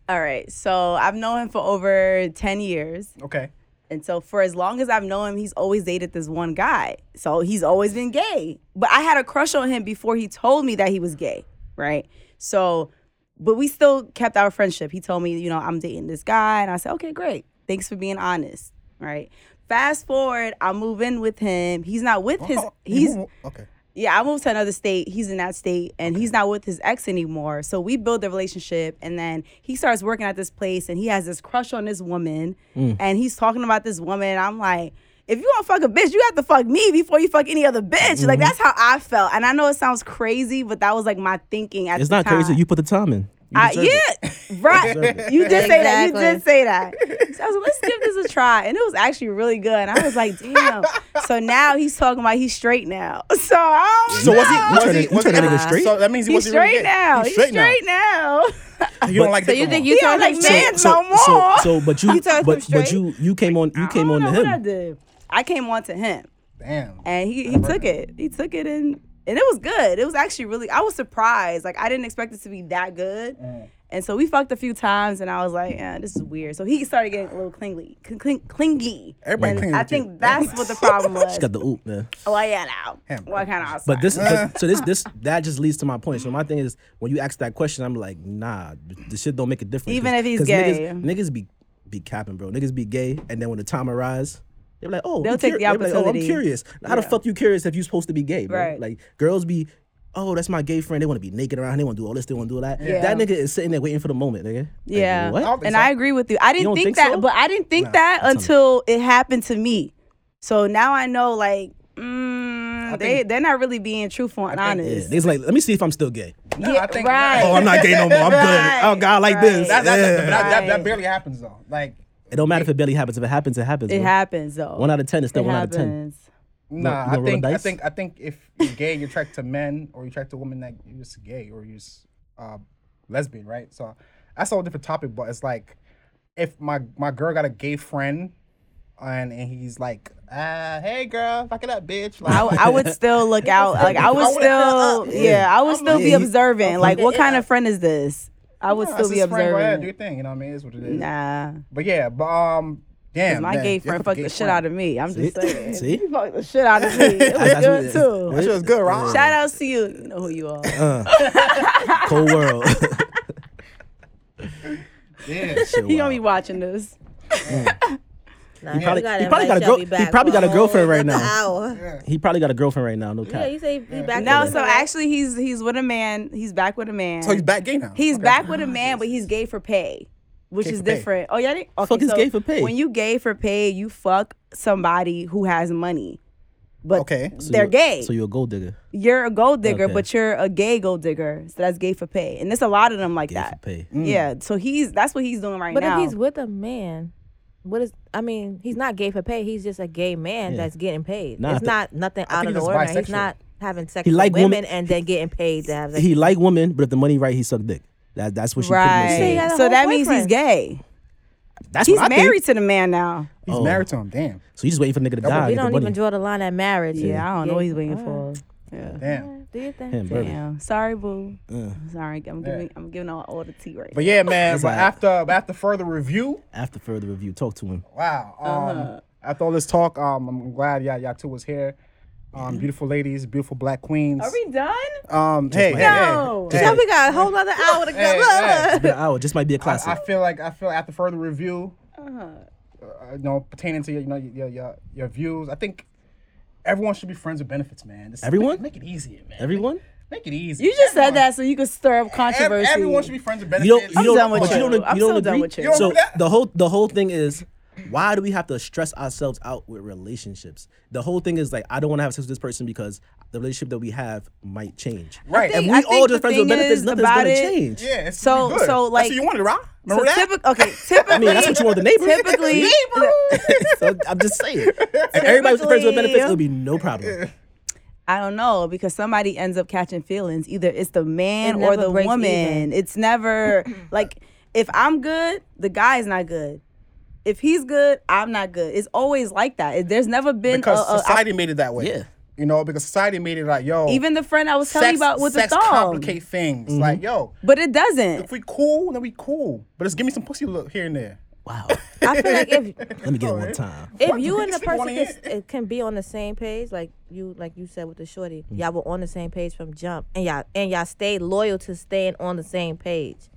Speaker 4: All right. So I've known him for over 10 years.
Speaker 1: Okay.
Speaker 4: And so for as long as I've known him, he's always dated this one guy. So he's always been gay. But I had a crush on him before he told me that he was gay, right? So but we still kept our friendship. He told me, you know, I'm dating this guy and I said, "Okay, great. Thanks for being honest." Right? Fast forward, I move in with him. He's not with his
Speaker 1: Oh, you
Speaker 4: he's
Speaker 1: move- okay.
Speaker 4: yeah, I moved to another state. He's in that state, and he's not with his ex anymore. So we build the relationship, and then he starts working at this place, and he has this crush on this woman,
Speaker 2: Mm.
Speaker 4: and he's talking about this woman. and I'm like, if you want to fuck a bitch, you have to fuck me before you fuck any other bitch.
Speaker 2: Mm-hmm.
Speaker 4: Like that's how I felt, and I know it sounds crazy, but that was like my thinking at
Speaker 2: It's
Speaker 4: the
Speaker 2: not
Speaker 4: time.
Speaker 2: crazy. You put the time in. You
Speaker 4: I,
Speaker 2: deserve it.
Speaker 4: yeah, right.
Speaker 2: deserve
Speaker 4: You did say that. You
Speaker 5: Exactly.
Speaker 4: did say that. So I was like, let's give this a try, and it was actually really good. And I was like, damn. so now he's talking about he's straight now. So I don't
Speaker 1: So was he?
Speaker 4: know.
Speaker 1: Was
Speaker 2: turned
Speaker 1: he?
Speaker 2: it- you
Speaker 1: Was he
Speaker 2: turned it
Speaker 1: really-
Speaker 2: into straight?
Speaker 1: So that means he
Speaker 4: He's
Speaker 1: wasn't really
Speaker 4: straight
Speaker 1: gay.
Speaker 4: now. He's straight, now.
Speaker 1: You don't like.
Speaker 5: So you think you
Speaker 4: He
Speaker 5: turned
Speaker 4: don't like
Speaker 5: him straight?
Speaker 4: men. It's no more.
Speaker 2: So, so but you,
Speaker 5: You told him
Speaker 2: but, but
Speaker 5: straight?
Speaker 2: you, you came on, you came
Speaker 4: I
Speaker 2: on
Speaker 4: don't
Speaker 2: to
Speaker 4: know what I
Speaker 2: him.
Speaker 4: did. I came on to him,
Speaker 1: Damn.
Speaker 4: and he he took it. He took it, and and it was good. It was actually really. I was surprised. Like I didn't expect it to be that good.
Speaker 2: Mm.
Speaker 4: And so we fucked a few times, and I was like, "Yeah, this is weird." So he started getting a little clingy, cl- cling, clingy.
Speaker 1: Everybody
Speaker 4: And
Speaker 1: clinging
Speaker 4: I
Speaker 1: with you.
Speaker 4: think that's what the problem was.
Speaker 2: She got the oop, yeah.
Speaker 4: oh yeah, now.
Speaker 1: Him.
Speaker 4: What kind of?
Speaker 2: But this, but, so this, this, that just leads to my point. So my thing is, when you ask that question, I'm like, nah, the shit don't make a difference.
Speaker 4: Even
Speaker 2: 'Cause-
Speaker 4: if he's
Speaker 2: 'cause
Speaker 4: gay.
Speaker 2: niggas, niggas be, be capping, bro. Niggas be gay, and then when the time arrives. They're like, oh,
Speaker 4: They'll
Speaker 2: I'm
Speaker 4: take the
Speaker 2: curi- they be like, oh, I'm
Speaker 4: opportunity.
Speaker 2: curious. How the fuck you curious if you supposed to be gay, bro?
Speaker 4: Right.
Speaker 2: Like girls be, oh, that's my gay friend. They want to be naked around. They want to do all this. They want to do all that.
Speaker 4: Yeah.
Speaker 2: That nigga is sitting there waiting for the moment, nigga. Like,
Speaker 4: Yeah,
Speaker 2: what?
Speaker 1: don't think
Speaker 4: and
Speaker 1: so.
Speaker 4: I agree with you. I didn't
Speaker 2: don't
Speaker 4: think,
Speaker 2: think
Speaker 4: that,
Speaker 2: so?
Speaker 4: but I didn't think that until it happened to me. So now I know, like, mm, they they're not really being truthful and
Speaker 1: think-
Speaker 2: Yeah,
Speaker 4: honest.
Speaker 2: niggas like, let me see if I'm still gay.
Speaker 1: No, I
Speaker 4: Yeah,
Speaker 1: think.
Speaker 4: right.
Speaker 2: Oh, I'm not gay no more. I'm good.
Speaker 4: Right.
Speaker 2: Oh God, I like
Speaker 4: Right.
Speaker 2: this.
Speaker 1: That, that, that,
Speaker 2: Yeah.
Speaker 1: that, that, that
Speaker 4: Right.
Speaker 1: barely happens though. Like,
Speaker 2: it don't matter if it barely happens. If it happens, it happens.
Speaker 4: It
Speaker 2: bro.
Speaker 4: happens though.
Speaker 2: One out of ten is still
Speaker 4: It
Speaker 2: one out of ten.
Speaker 4: happens.
Speaker 1: nah.
Speaker 2: you
Speaker 1: I
Speaker 2: gonna roll
Speaker 1: think. I
Speaker 2: dice?
Speaker 1: think. I think if you're gay, you're attracted to men, or you're attracted to women that you're just gay, or you're just uh, lesbian, right? So that's a whole different topic. But it's like, if my my girl got a gay friend, and and he's like, uh, hey girl, fuck it up, bitch. Like,
Speaker 4: I, w- I would still look out. Like I would
Speaker 1: I would-
Speaker 4: still, yeah, I would still be
Speaker 2: Yeah, you-
Speaker 4: observant. Like, what kind of friend is this? I would
Speaker 1: "Nah,
Speaker 4: still
Speaker 1: it's
Speaker 4: be
Speaker 1: his friend, go ahead, do
Speaker 4: observant.
Speaker 1: your thing. You know what I mean? It's what it is.
Speaker 4: Nah,
Speaker 1: But yeah, but um, damn,
Speaker 4: my
Speaker 1: man,
Speaker 4: gay
Speaker 1: y'all
Speaker 4: friend
Speaker 1: got
Speaker 4: fucked
Speaker 1: gay
Speaker 4: the shit
Speaker 1: friend.
Speaker 4: out of me. I'm just saying.
Speaker 2: See?
Speaker 4: He fucked the shit out of me. It was
Speaker 2: That's
Speaker 4: good
Speaker 2: what
Speaker 4: too.
Speaker 1: That shit was good, right?
Speaker 4: Shout out to you. You know who you are.
Speaker 2: Oh, Uh, Cold world.
Speaker 1: Yeah.
Speaker 2: Shit,
Speaker 4: He
Speaker 2: wow.
Speaker 4: gonna be watching this.
Speaker 5: Nah, you
Speaker 2: probably-
Speaker 5: gotta
Speaker 2: he probably
Speaker 5: invite
Speaker 2: got a
Speaker 5: Shelby
Speaker 2: girl- he
Speaker 5: back
Speaker 2: probably
Speaker 5: for
Speaker 2: got a
Speaker 5: whole
Speaker 2: girlfriend right
Speaker 5: another
Speaker 2: now.
Speaker 5: hour.
Speaker 2: He probably got a girlfriend right now. No
Speaker 5: Yeah,
Speaker 2: cap.
Speaker 5: you say he back.
Speaker 4: No,
Speaker 5: with
Speaker 4: so
Speaker 5: her.
Speaker 4: actually he's he's with a man. He's back with a man.
Speaker 1: So he's back gay now.
Speaker 4: He's
Speaker 1: Okay.
Speaker 4: back with a man, but he's gay for pay, which
Speaker 1: Gay
Speaker 4: is
Speaker 1: for pay.
Speaker 4: different. Oh yeah, they, okay,
Speaker 2: Fuck is
Speaker 4: so
Speaker 2: gay for pay?
Speaker 4: When you gay for pay, you fuck somebody who has money. but
Speaker 1: Okay. So
Speaker 4: they're
Speaker 2: you're-
Speaker 4: gay.
Speaker 2: So you're a gold digger.
Speaker 4: you're a gold digger,
Speaker 2: Okay.
Speaker 4: but you're a gay gold digger. So that's gay for pay. And there's a lot of them like
Speaker 2: Gay
Speaker 4: that.
Speaker 2: for pay.
Speaker 4: Yeah. So he's that's what he's doing right
Speaker 5: But
Speaker 4: now.
Speaker 5: if he's with a man, what is? I mean, he's not gay for pay. He's just a gay man that's getting paid.
Speaker 2: Nah, I
Speaker 5: it's
Speaker 2: thi-
Speaker 5: not nothing out
Speaker 1: think
Speaker 5: of the
Speaker 1: he's
Speaker 5: ordinary. He's
Speaker 1: bisexual.
Speaker 5: not having sex
Speaker 2: He
Speaker 5: with
Speaker 2: like
Speaker 5: women,
Speaker 2: women-
Speaker 5: and then getting paid to have sex.
Speaker 2: He like women, but if the money right, he suck dick. That, that's what she
Speaker 4: right.
Speaker 2: pretty much
Speaker 5: he
Speaker 2: said.
Speaker 5: got a
Speaker 4: so
Speaker 5: whole
Speaker 4: that means he's
Speaker 5: boyfriend.
Speaker 4: gay.
Speaker 2: That's
Speaker 4: He's
Speaker 2: what I
Speaker 4: married
Speaker 2: Think.
Speaker 4: to the man now.
Speaker 1: He's
Speaker 2: Oh.
Speaker 1: married to him. Damn.
Speaker 2: So you just waiting for the nigga to
Speaker 1: would
Speaker 2: die. to
Speaker 5: we
Speaker 2: get the
Speaker 5: don't even
Speaker 2: money.
Speaker 5: draw the line at marriage.
Speaker 4: Yeah, I don't know what he's waiting
Speaker 5: All
Speaker 4: for.
Speaker 5: right.
Speaker 4: Yeah.
Speaker 1: Damn.
Speaker 5: Do you think?
Speaker 2: Damn, brother.
Speaker 4: Damn. Sorry, boo.
Speaker 2: Uh,
Speaker 4: Sorry, I'm giving I'm giving all, all the tea right.
Speaker 1: But yeah, man. but
Speaker 2: alright.
Speaker 1: after after further review,
Speaker 2: after further review, talk to him.
Speaker 1: wow. Um,
Speaker 4: Uh-huh.
Speaker 1: After all this talk, um, I'm glad y'all, y'all two was here. Um, beautiful ladies, beautiful black queens.
Speaker 4: now. Are we done?
Speaker 1: um, hey, hey,
Speaker 4: No.
Speaker 1: hey, hey.
Speaker 5: So we got a whole nother hour to go.
Speaker 1: Hey, hey.
Speaker 2: Been an hour. Just might be a classic.
Speaker 1: I, I feel like I feel like after further review,
Speaker 4: Uh-huh.
Speaker 1: uh, you know, pertaining to your, you know, your, your your views, I think everyone should be friends with benefits, man. Just
Speaker 2: Everyone?
Speaker 1: make, make it easier, man.
Speaker 2: Everyone.
Speaker 1: make, make it easy.
Speaker 4: You just said
Speaker 1: Everyone-
Speaker 4: that so you could stir up
Speaker 1: ev-
Speaker 4: controversy.
Speaker 1: everyone should be friends with benefits.
Speaker 2: You don't. You
Speaker 4: I'm
Speaker 2: don't.
Speaker 4: done with
Speaker 2: but you.
Speaker 4: you.
Speaker 2: don't. You
Speaker 4: I'm
Speaker 2: don't
Speaker 4: so
Speaker 2: agree.
Speaker 4: done with you.
Speaker 1: You don't
Speaker 2: So
Speaker 1: do that?
Speaker 2: the whole the whole thing is. Why do we have to stress ourselves out with relationships? The whole thing is like I don't want to have sex with this person because the relationship that we have might change.
Speaker 1: Right.
Speaker 2: And
Speaker 4: think-
Speaker 2: we
Speaker 4: I
Speaker 2: all
Speaker 4: think
Speaker 2: just
Speaker 4: the
Speaker 2: friends with
Speaker 4: thing
Speaker 2: benefits.
Speaker 4: is
Speaker 2: Nothing's
Speaker 4: about
Speaker 2: gonna
Speaker 4: it-
Speaker 2: change.
Speaker 1: Yeah, it's
Speaker 4: So-
Speaker 1: really good.
Speaker 4: so,
Speaker 1: That's
Speaker 4: like-
Speaker 1: what you wanted, right?
Speaker 4: so
Speaker 1: Remember that?
Speaker 4: typical. Okay, typically.
Speaker 2: I mean, that's what you want the neighbor.
Speaker 4: Typically,
Speaker 2: so I'm just saying. If everybody was friends with benefits, it would be no problem.
Speaker 4: I don't know because somebody ends up catching feelings. Either it's the man
Speaker 5: It
Speaker 4: or
Speaker 5: never
Speaker 4: the
Speaker 5: breaks
Speaker 4: woman.
Speaker 5: even.
Speaker 4: It's never like if I'm good, the guy's not good. If he's good, I'm not good. It's always like that. It- There's never been a,
Speaker 1: because
Speaker 4: a-
Speaker 1: society made it that way.
Speaker 2: Yeah.
Speaker 1: You know, because society made it like, yo,
Speaker 4: even the friend I was telling you about with
Speaker 1: sex
Speaker 4: the thumb.
Speaker 1: complicate things.
Speaker 2: Mm-hmm.
Speaker 1: Like, yo,
Speaker 4: But it doesn't.
Speaker 1: if we cool, then we cool. But just give me some pussy look here and there.
Speaker 2: Wow.
Speaker 5: I feel like if
Speaker 2: Let me get it one time.
Speaker 5: if
Speaker 1: What?
Speaker 5: you and
Speaker 1: These
Speaker 5: the
Speaker 1: people
Speaker 5: person
Speaker 1: wanna
Speaker 5: can,
Speaker 1: hear it.
Speaker 5: s- it can be on the same page, like you like you said with the shorty, y'all were on the same page from jump, and y'all and y'all stayed loyal to staying on the same page.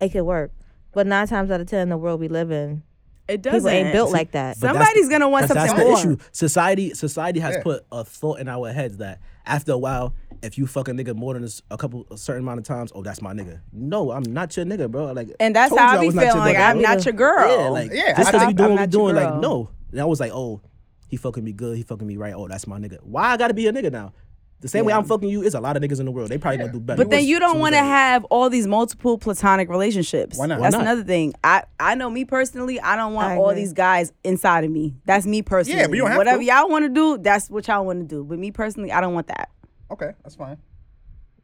Speaker 5: It could work, but nine times out of ten, in the world we live in,
Speaker 4: It doesn't.
Speaker 5: people ain't built like that.
Speaker 2: But that's
Speaker 4: Somebody's
Speaker 2: the-
Speaker 4: gonna want
Speaker 2: that's,
Speaker 4: something
Speaker 2: that's the
Speaker 4: more.
Speaker 2: issue. Society, society has
Speaker 1: Yeah.
Speaker 2: put a thought in our heads that after a while, if you fuck a nigga more than a s- a couple, a certain amount of times, oh, that's my nigga. No, I'm not your nigga, bro. Like,
Speaker 4: And that's
Speaker 2: told
Speaker 4: how
Speaker 2: you
Speaker 4: I
Speaker 2: was
Speaker 4: be
Speaker 2: not your
Speaker 4: feeling. Like
Speaker 2: nigga,
Speaker 4: I'm
Speaker 2: bro.
Speaker 4: not your girl.
Speaker 2: Yeah, like
Speaker 1: Yeah,
Speaker 2: just
Speaker 1: I-
Speaker 2: because
Speaker 1: I-
Speaker 2: we
Speaker 4: I'm
Speaker 2: doing what we
Speaker 4: not your
Speaker 2: doing, like
Speaker 4: girl.
Speaker 2: no. And I was like, oh, he fucking me good, he fucking me right. Oh, that's my nigga. Why I gotta be a nigga now? The same way I'm fucking you is a lot of niggas in the world. They probably gonna do better.
Speaker 4: But then you don't
Speaker 2: So
Speaker 4: want to
Speaker 2: that-
Speaker 4: have all these multiple platonic relationships.
Speaker 1: Why not?
Speaker 4: That's
Speaker 2: Why not?
Speaker 4: another thing. I I know me personally. I don't want
Speaker 5: I
Speaker 4: all
Speaker 5: agree.
Speaker 4: these guys inside of me. That's me personally.
Speaker 1: you don't have
Speaker 4: Whatever
Speaker 1: to.
Speaker 4: y'all want to do, that's what y'all want to do. But me personally, I don't want that.
Speaker 1: Okay, that's fine.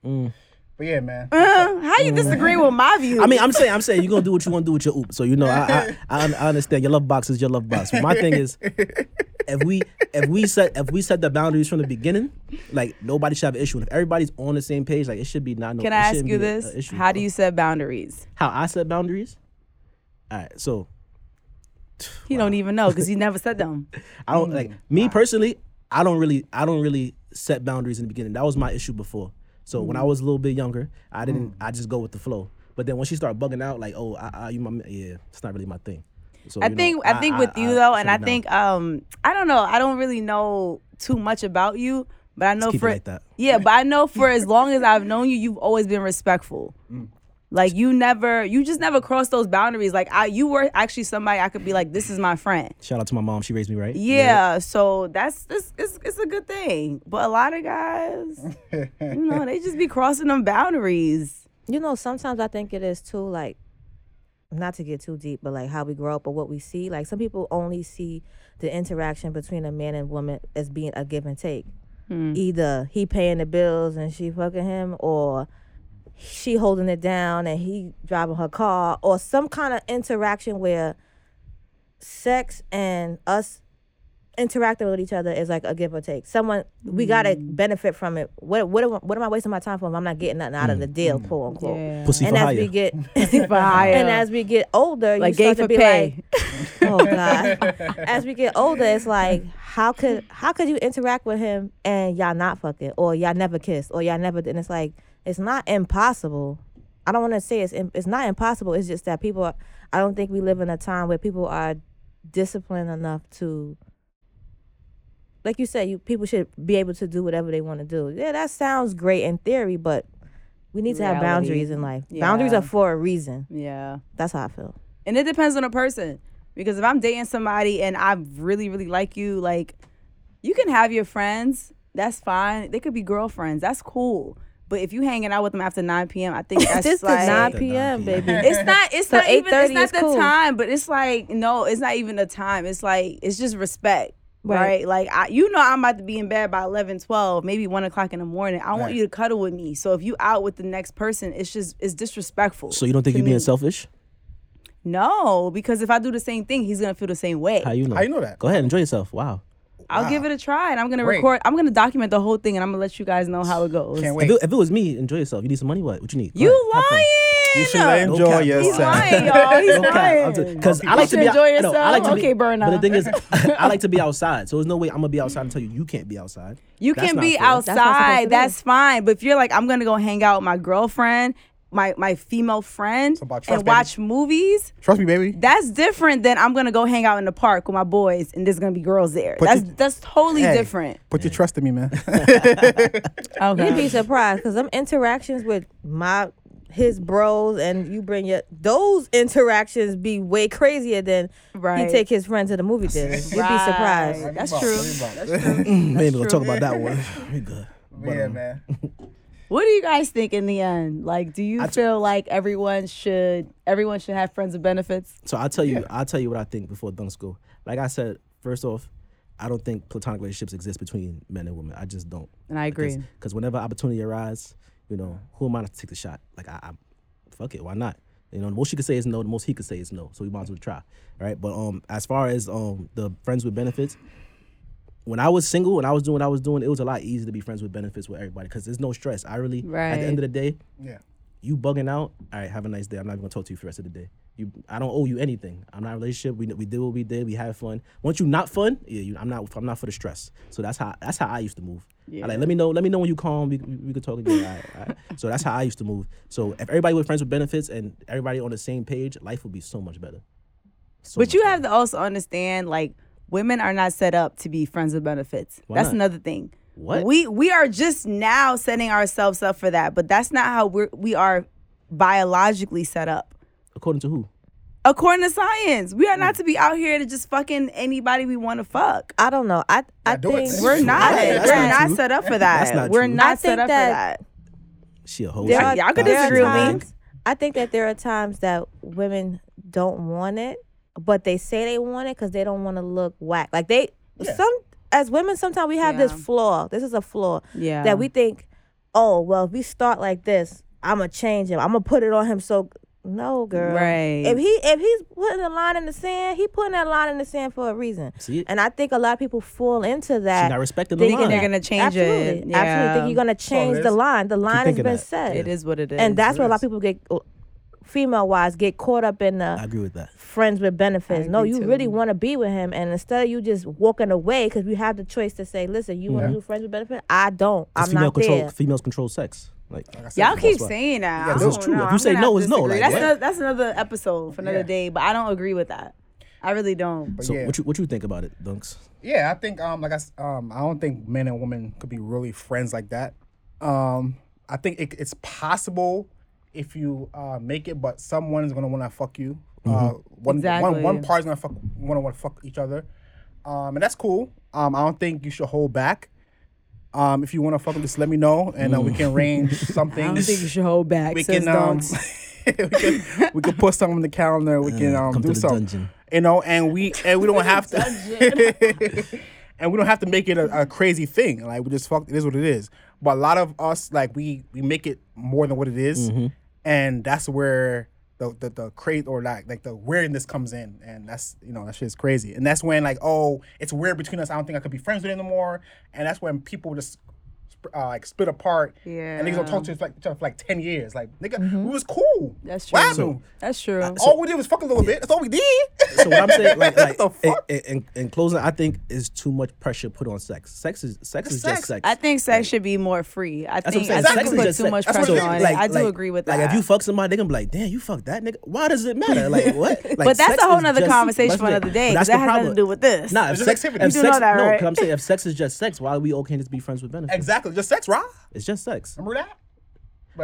Speaker 2: Mm.
Speaker 1: But yeah, man.
Speaker 4: Uh, how you disagree with my view?
Speaker 2: I mean, I'm saying, I'm saying, you're gonna do what you want to do with your oop. So you know, I, I, I, un- I understand your love box is your love box. But my thing is, if we, if we set, if we set the boundaries from the beginning, like nobody should have an issue. And if everybody's on the same page, like it should be not. No,
Speaker 4: Can
Speaker 2: it
Speaker 4: I ask
Speaker 2: shouldn't
Speaker 4: you
Speaker 2: be a- a
Speaker 4: this?
Speaker 2: issue.
Speaker 4: How do you set boundaries?
Speaker 2: How I set boundaries? All right, so
Speaker 4: He don't even know because he never said them.
Speaker 2: I don't
Speaker 4: Mm.
Speaker 2: like me personally. I don't really, I don't really set boundaries in the beginning. That was my issue before. So when
Speaker 4: Mm.
Speaker 2: I was a little bit younger, I didn't. I just go with the flow. But then when she started bugging out, like, oh, I, I, you my, ma- yeah, it's not really my thing. So
Speaker 4: I
Speaker 2: you know,
Speaker 4: think I think with you though, and I think um I don't know. I don't really know too much about you, but I know
Speaker 2: keep it
Speaker 4: for
Speaker 2: like that.
Speaker 4: yeah, but I know for as long as I've known you, you've always been respectful.
Speaker 2: Mm.
Speaker 4: Like you never, you just never crossed those boundaries. Like I, you were actually somebody I could be like, this is my friend.
Speaker 2: Shout out to my mom. She raised me right.
Speaker 4: Yeah, so that's this. It's, it's a good thing, but a lot of guys, you know, they just be crossing them boundaries.
Speaker 5: you know, sometimes I think it is too, like, not to get too deep, but like how we grow up or what we see. Like, some people only see the interaction between a man and woman as being a give and take. Either he paying the bills and she fucking him, or she holding it down and he driving her car, or some kind of interaction where sex and us interacting with each other is like a give or take. Someone we gotta benefit from it. What what am, what am I wasting my time for if I'm not getting nothing out of the deal, quote unquote.
Speaker 2: Pussy
Speaker 5: And
Speaker 2: for
Speaker 5: as we
Speaker 2: hire.
Speaker 5: get
Speaker 4: higher.
Speaker 5: and as we get older,
Speaker 4: Like
Speaker 5: you
Speaker 4: gay
Speaker 5: start to
Speaker 4: for
Speaker 5: be
Speaker 4: pay.
Speaker 5: like, oh god. as we get older, it's like how could how could you interact with him and y'all not fucking or y'all never kissed or y'all never? And it's like it's not impossible. I don't want to say it's im- it's not impossible. It's just that people. Are, I don't think we live in a time where people are disciplined enough to. Like you said, you people should be able to do whatever they want to do. Yeah, that sounds great in theory, but we need to have
Speaker 4: Reality.
Speaker 5: boundaries in life. Boundaries
Speaker 4: Yeah.
Speaker 5: are for a reason.
Speaker 4: yeah.
Speaker 5: That's how I feel.
Speaker 4: and it depends on the person because if i'm dating somebody and i really really like you like you can have your friends. That's fine. They could be girlfriends. That's cool. But if you hanging out with them after 9 p.m., I think that's
Speaker 5: This to
Speaker 4: like
Speaker 5: 9
Speaker 2: 9
Speaker 5: p.m.,
Speaker 2: p.m.
Speaker 5: baby.
Speaker 4: it's not. It's
Speaker 5: So
Speaker 4: not even. It's
Speaker 5: 8:30 is
Speaker 4: not the
Speaker 5: cool.
Speaker 4: time. But it's like no. It's not even the time. It's like it's just respect.
Speaker 5: Right.
Speaker 4: Right. like I, you know, I'm about to be in bed by 11, 12, maybe one o'clock in the morning. I want
Speaker 1: Right.
Speaker 4: you to cuddle with me. So if you out with the next person, it's just it's disrespectful.
Speaker 2: So you don't think
Speaker 4: to
Speaker 2: you're being
Speaker 4: me.
Speaker 2: selfish?
Speaker 4: No, because if I do the same thing, he's gonna feel the same way.
Speaker 2: How you know?
Speaker 1: How you know that?
Speaker 2: Go ahead, enjoy yourself. Wow.
Speaker 4: I'll give it a try, and I'm gonna
Speaker 1: Great.
Speaker 4: record. I'm gonna document the whole thing, and I'm gonna let you guys know how it goes.
Speaker 1: Can't
Speaker 2: If
Speaker 1: wait.
Speaker 2: it, if it was me, enjoy yourself. You need some money, what? What you need? Go
Speaker 4: You
Speaker 2: ahead, have fun.
Speaker 4: lying?
Speaker 1: You should let
Speaker 2: No
Speaker 1: enjoy
Speaker 2: cap, bro.
Speaker 1: yourself.
Speaker 4: He's lying, y'all. He's
Speaker 2: Okay, I'm
Speaker 4: lying.
Speaker 2: t- Cause I like to be
Speaker 4: You should enjoy
Speaker 2: out- no, I like to
Speaker 4: yourself.
Speaker 2: be-
Speaker 4: Okay,
Speaker 2: But
Speaker 4: Burna.
Speaker 2: the thing is, I like to be outside. So there's no way I'm gonna be outside and tell you you can't be outside.
Speaker 4: You
Speaker 2: That's
Speaker 4: can
Speaker 2: not
Speaker 4: be
Speaker 2: fair.
Speaker 5: That's not supposed to be.
Speaker 4: outside. That's fine. But if you're like, I'm gonna go hang out with my girlfriend, my my female friend,
Speaker 1: about trust,
Speaker 4: and watch movies,
Speaker 1: Trust me, baby.
Speaker 4: that's different than I'm gonna go hang out in the park with my boys and there's gonna be girls there.
Speaker 1: But
Speaker 4: that's
Speaker 1: you-
Speaker 4: that's totally
Speaker 1: Hey,
Speaker 4: different.
Speaker 1: Put your trust in me, man.
Speaker 5: You'd be surprised because them interactions with my his bros and you bring your those interactions be way crazier than
Speaker 4: Right.
Speaker 5: he take his friend to the movie theater. You'd be
Speaker 4: Right.
Speaker 5: surprised.
Speaker 4: That's
Speaker 1: Everybody,
Speaker 4: true.
Speaker 1: everybody.
Speaker 2: Maybe we'll talk about that one. We good.
Speaker 1: yeah, man.
Speaker 4: What do you guys think in the end? Like, do you feel like everyone should everyone should have friends with benefits?
Speaker 2: So I'll tell you, I'll tell you what I think before dunk school. Like I said, first off, I don't think platonic relationships exist between men and women. I just don't.
Speaker 4: And I agree.
Speaker 2: Because whenever opportunity arises, you know, who am I to take the shot? Like I, I fuck it, why not? You know, the most she could say is no. The most he could say is no. So we might as well try, right? But um, as far as um the friends with benefits, when I was single and I was doing what I was doing, it was a lot easier to be friends with benefits with everybody because there's no stress. I really, at the end of the day,
Speaker 1: Yeah.
Speaker 2: you bugging out. All right, have a nice day. I'm not even gonna talk to you for the rest of the day. You, I don't owe you anything. I'm not in a relationship. We, we did what we did. We had fun. Once you not fun, yeah, you, I'm not. I'm not for the stress. So that's how that's how I used to move. I like let me know. Let me know when you calm. We, we, we could talk again. All right, all right. So that's how I used to move. So if everybody was friends with benefits and everybody on the same page, life would be so much better. So
Speaker 4: But
Speaker 2: much
Speaker 4: you
Speaker 2: better.
Speaker 4: have to also understand, like, women are not set up to be friends with benefits.
Speaker 2: Why
Speaker 4: that's
Speaker 2: not?
Speaker 4: another thing.
Speaker 2: What?
Speaker 4: We we are just now setting ourselves up for that, but that's not how we're we are biologically set up.
Speaker 2: according to who?
Speaker 4: According to science, we are
Speaker 2: Mm.
Speaker 4: not to be out here to just fucking anybody we want to fuck.
Speaker 5: I don't know. I I
Speaker 1: do it.
Speaker 5: think
Speaker 4: We're not.
Speaker 2: That's
Speaker 4: we're
Speaker 2: not
Speaker 4: not,
Speaker 2: true.
Speaker 4: set up for that.
Speaker 2: That's not
Speaker 4: we're
Speaker 2: true.
Speaker 5: I think
Speaker 4: not set up
Speaker 5: that-
Speaker 4: for
Speaker 2: She a hoe.
Speaker 5: There
Speaker 2: She
Speaker 5: are-
Speaker 2: a
Speaker 4: y'all could
Speaker 2: gossip.
Speaker 5: there are
Speaker 4: disagree with me.
Speaker 5: times- I think that there are times that women don't want it, but they say they want it because they don't want to look whack. Like they some as women sometimes we have this
Speaker 4: Yeah.
Speaker 5: flaw. This is a flaw.
Speaker 4: Yeah.
Speaker 5: That we think, oh well, if we start like this, I'ma change him. I'ma put it on him. So no, girl.
Speaker 4: Right.
Speaker 5: If he if he's putting a line in the sand, he putting that line in the sand for a reason.
Speaker 2: See?
Speaker 5: And I think a lot of people fall into that.
Speaker 2: not respecting the line.
Speaker 5: that-
Speaker 4: They're gonna change
Speaker 5: absolutely, Absolutely.
Speaker 4: it. Yeah.
Speaker 5: Think you're gonna
Speaker 1: it
Speaker 5: change the
Speaker 1: is.
Speaker 5: line. The line has
Speaker 2: thinking
Speaker 5: been
Speaker 2: that.
Speaker 5: set
Speaker 4: that. It is what it is.
Speaker 5: and that's where a lot
Speaker 1: is.
Speaker 5: of people get female wise get caught up in
Speaker 2: I
Speaker 5: the
Speaker 2: agree with that.
Speaker 5: friends with benefits. No,
Speaker 4: agree
Speaker 5: you
Speaker 4: too.
Speaker 5: really want to be with him, and instead of you just walking away because you have the choice to say, "Listen, you want to do friends with benefits? I don't.
Speaker 2: It's
Speaker 5: I'm
Speaker 2: female
Speaker 5: not
Speaker 2: control.
Speaker 5: there."
Speaker 2: Females control sex. Like
Speaker 4: Y'all keep
Speaker 2: why.
Speaker 4: saying that.
Speaker 1: Yeah,
Speaker 4: I
Speaker 1: this
Speaker 4: don't
Speaker 1: is
Speaker 2: true.
Speaker 4: know.
Speaker 2: If you
Speaker 4: I'm
Speaker 2: say
Speaker 4: gonna
Speaker 2: no,
Speaker 4: have to
Speaker 2: it's no,
Speaker 4: disagree.
Speaker 2: like,
Speaker 4: that's,
Speaker 2: what?
Speaker 4: another, that's another episode for another
Speaker 1: Yeah.
Speaker 4: day, but I don't agree with that. I really don't.
Speaker 1: But
Speaker 2: So
Speaker 1: yeah.
Speaker 2: what you what you think about it, Dunks?
Speaker 1: Yeah, I think um like I s- um I don't think men and women could be really friends like that. Um I think it, it's possible if you uh make it, but someone's gonna wanna fuck you.
Speaker 2: Mm-hmm.
Speaker 1: Uh one, one one
Speaker 4: Exactly.
Speaker 1: party's gonna fuck wanna wanna fuck each other. Um and that's cool. Um I don't think you should hold back. Um if you wanna fuck them, just let me know and uh, we
Speaker 2: Mm.
Speaker 1: can arrange something.
Speaker 4: should hold back.
Speaker 1: we can um we can, we can put something in the calendar, we can um
Speaker 2: come
Speaker 1: do
Speaker 2: to the
Speaker 1: something.
Speaker 2: dungeon.
Speaker 1: You know, and we and we don't have to and we don't have to make it a, a crazy thing. Like we just fuck it is what it is. But a lot of us like we we make it more than what it is, and that's where the the, the crazy or like like the weirdness comes in, and that's you know that shit's crazy, and that's when like oh it's weird between us. I don't think I could be friends with it anymore, and that's when people just. sp- Uh, like split apart, and niggas don't talk to each like, each other for like ten years. Like nigga, we was cool.
Speaker 4: Mm-hmm. That's
Speaker 1: What
Speaker 4: true.
Speaker 1: happened?
Speaker 4: That's true.
Speaker 1: all we did was fuck a little bit. That's all we did.
Speaker 2: So what I'm saying, like, like
Speaker 1: The
Speaker 2: in,
Speaker 1: fuck?
Speaker 2: in, in- in closing, I think is too much pressure put on sex. Sex is sex is
Speaker 1: Sex.
Speaker 2: just sex.
Speaker 4: I think sex should be more free. I
Speaker 2: That's what I'm
Speaker 4: think
Speaker 2: saying.
Speaker 4: I
Speaker 1: Sex
Speaker 4: think
Speaker 1: is
Speaker 4: we put
Speaker 1: just
Speaker 4: too
Speaker 2: sex.
Speaker 4: much
Speaker 1: That's what
Speaker 4: pressure
Speaker 1: it
Speaker 4: on
Speaker 1: is.
Speaker 4: it. I do
Speaker 2: like-
Speaker 4: agree with that.
Speaker 2: Like if you fuck somebody, they gonna be like, "Damn, you fucked that nigga." Why does it matter? Like what? Like,
Speaker 4: But that's
Speaker 2: sex
Speaker 4: a whole
Speaker 2: is
Speaker 4: nother
Speaker 2: just-
Speaker 4: conversation
Speaker 2: that's
Speaker 4: for
Speaker 2: what-
Speaker 4: another day,
Speaker 2: but
Speaker 4: 'cause
Speaker 2: that's the
Speaker 4: that has nothing
Speaker 2: problem.
Speaker 4: to do with this.
Speaker 2: Nah, if
Speaker 1: It's just
Speaker 2: sex,
Speaker 1: activity.
Speaker 2: if
Speaker 1: You
Speaker 4: do
Speaker 2: sex,
Speaker 4: know that,
Speaker 2: no, 'cause
Speaker 4: right?
Speaker 2: I'm saying if sex is just sex, why are we okay to be friends with benefits?
Speaker 1: exactly. Just sex, Rob.
Speaker 2: It's just sex.
Speaker 1: Remember that?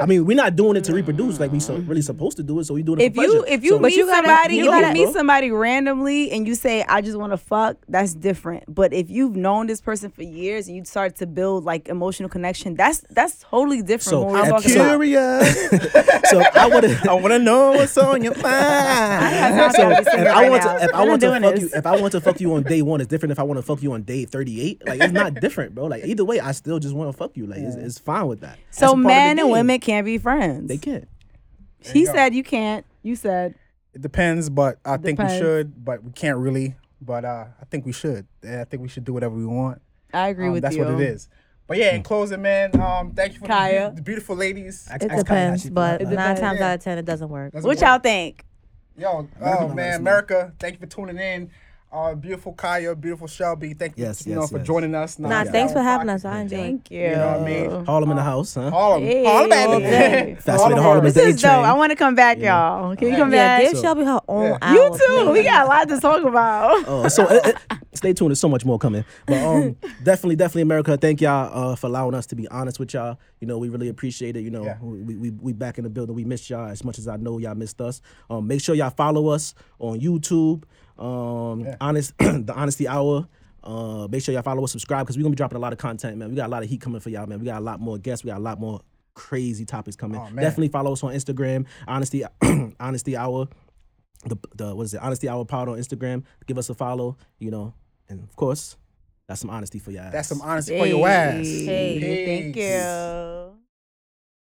Speaker 2: I mean, we're not doing it to reproduce like we so, really supposed to do it. So we doing it
Speaker 4: If
Speaker 2: for
Speaker 4: you
Speaker 2: pleasure.
Speaker 4: if you
Speaker 2: So-
Speaker 4: meet somebody,
Speaker 5: you
Speaker 4: you gotta
Speaker 5: know,
Speaker 4: meet
Speaker 2: bro.
Speaker 4: somebody randomly, and you say, "I just want to fuck." That's different. But if you've known this person for years and you start to build like emotional connection, that's that's totally different.
Speaker 2: So,
Speaker 4: when we're
Speaker 2: I'm
Speaker 4: talking about-
Speaker 1: Curious.
Speaker 2: so I want to.
Speaker 1: I want to know what's on your mind.
Speaker 4: That's
Speaker 2: So
Speaker 4: how I
Speaker 2: if
Speaker 4: be singing
Speaker 2: I
Speaker 4: right
Speaker 2: want
Speaker 4: now.
Speaker 2: to, if I
Speaker 4: I'm
Speaker 2: want to
Speaker 4: doing
Speaker 2: fuck
Speaker 4: this.
Speaker 2: you, if I want to fuck you on day one, it's different. If I want to fuck you on day thirty-eight, like it's not different, bro. Like either way, I still just want to fuck you. Like it's, it's fine with that. That's a part
Speaker 4: so
Speaker 2: of the
Speaker 4: men and
Speaker 2: game.
Speaker 4: women can't be friends.
Speaker 2: they can't.
Speaker 4: He said you can't. You said
Speaker 1: It depends, but I think we
Speaker 4: Depends.
Speaker 1: should, but we can't really. But uh, I think we should. Yeah, I think we should do whatever we want.
Speaker 4: I agree
Speaker 1: Um,
Speaker 4: with
Speaker 1: that's
Speaker 4: you.
Speaker 1: what it is. But yeah,
Speaker 2: Hmm.
Speaker 1: in closing, man, um, thank you for the
Speaker 4: Kaya.
Speaker 1: beau- the beautiful ladies.
Speaker 2: Ask-
Speaker 5: It
Speaker 2: ask Kanye how
Speaker 5: depends,
Speaker 2: she feel
Speaker 5: but
Speaker 2: about that.
Speaker 5: nine
Speaker 4: depends.
Speaker 5: times out of ten, it doesn't work.
Speaker 1: That's
Speaker 4: What
Speaker 1: important.
Speaker 4: y'all think?
Speaker 1: Yo, oh man, America, thank you for tuning in. Uh, beautiful Kaya, beautiful Shelby, thank you,
Speaker 2: Yes,
Speaker 1: you
Speaker 2: yes,
Speaker 1: know, for
Speaker 2: yes.
Speaker 1: joining us.
Speaker 5: Nah,
Speaker 1: Yeah.
Speaker 5: thanks for having us. I enjoyed. it.
Speaker 4: Thank you.
Speaker 1: know what I mean?
Speaker 2: Harlem in the house, huh?
Speaker 1: Harlem,
Speaker 4: Hey.
Speaker 1: Harlem, at it.
Speaker 4: Hey.
Speaker 2: Fast way to Harlem is
Speaker 4: This
Speaker 2: Daily
Speaker 4: is dope.
Speaker 2: Train.
Speaker 4: I want to come back, y'all. Can you come
Speaker 5: Yeah,
Speaker 4: back?
Speaker 5: give Shelby her own
Speaker 1: Yeah.
Speaker 5: hour.
Speaker 4: you too.
Speaker 5: please.
Speaker 4: We got a lot to talk about.
Speaker 2: Uh, so uh, uh, stay tuned. There's so much more coming. But um, definitely, definitely, America. Thank y'all uh, for allowing us to be honest with y'all. You know, we really appreciate it. You know,
Speaker 1: Yeah.
Speaker 2: we, we we back in the building. We missed y'all as much as I know y'all missed us. Um, make sure y'all follow us on YouTube. Um, honest, the Honesty Hour. Uh, make sure y'all follow us, subscribe, because we're gonna be dropping a lot of content, man. We got a lot of heat coming for y'all, man. We got a lot more guests. We got a lot more crazy topics coming. definitely follow us on Instagram, Honesty, Honesty Hour the the what is it? Honesty Hour Pod on Instagram. Give us a follow, you know, and of course, that's some honesty for y'all.
Speaker 1: That's some honesty for your ass.
Speaker 4: Hey,
Speaker 1: Peace.
Speaker 4: thank you.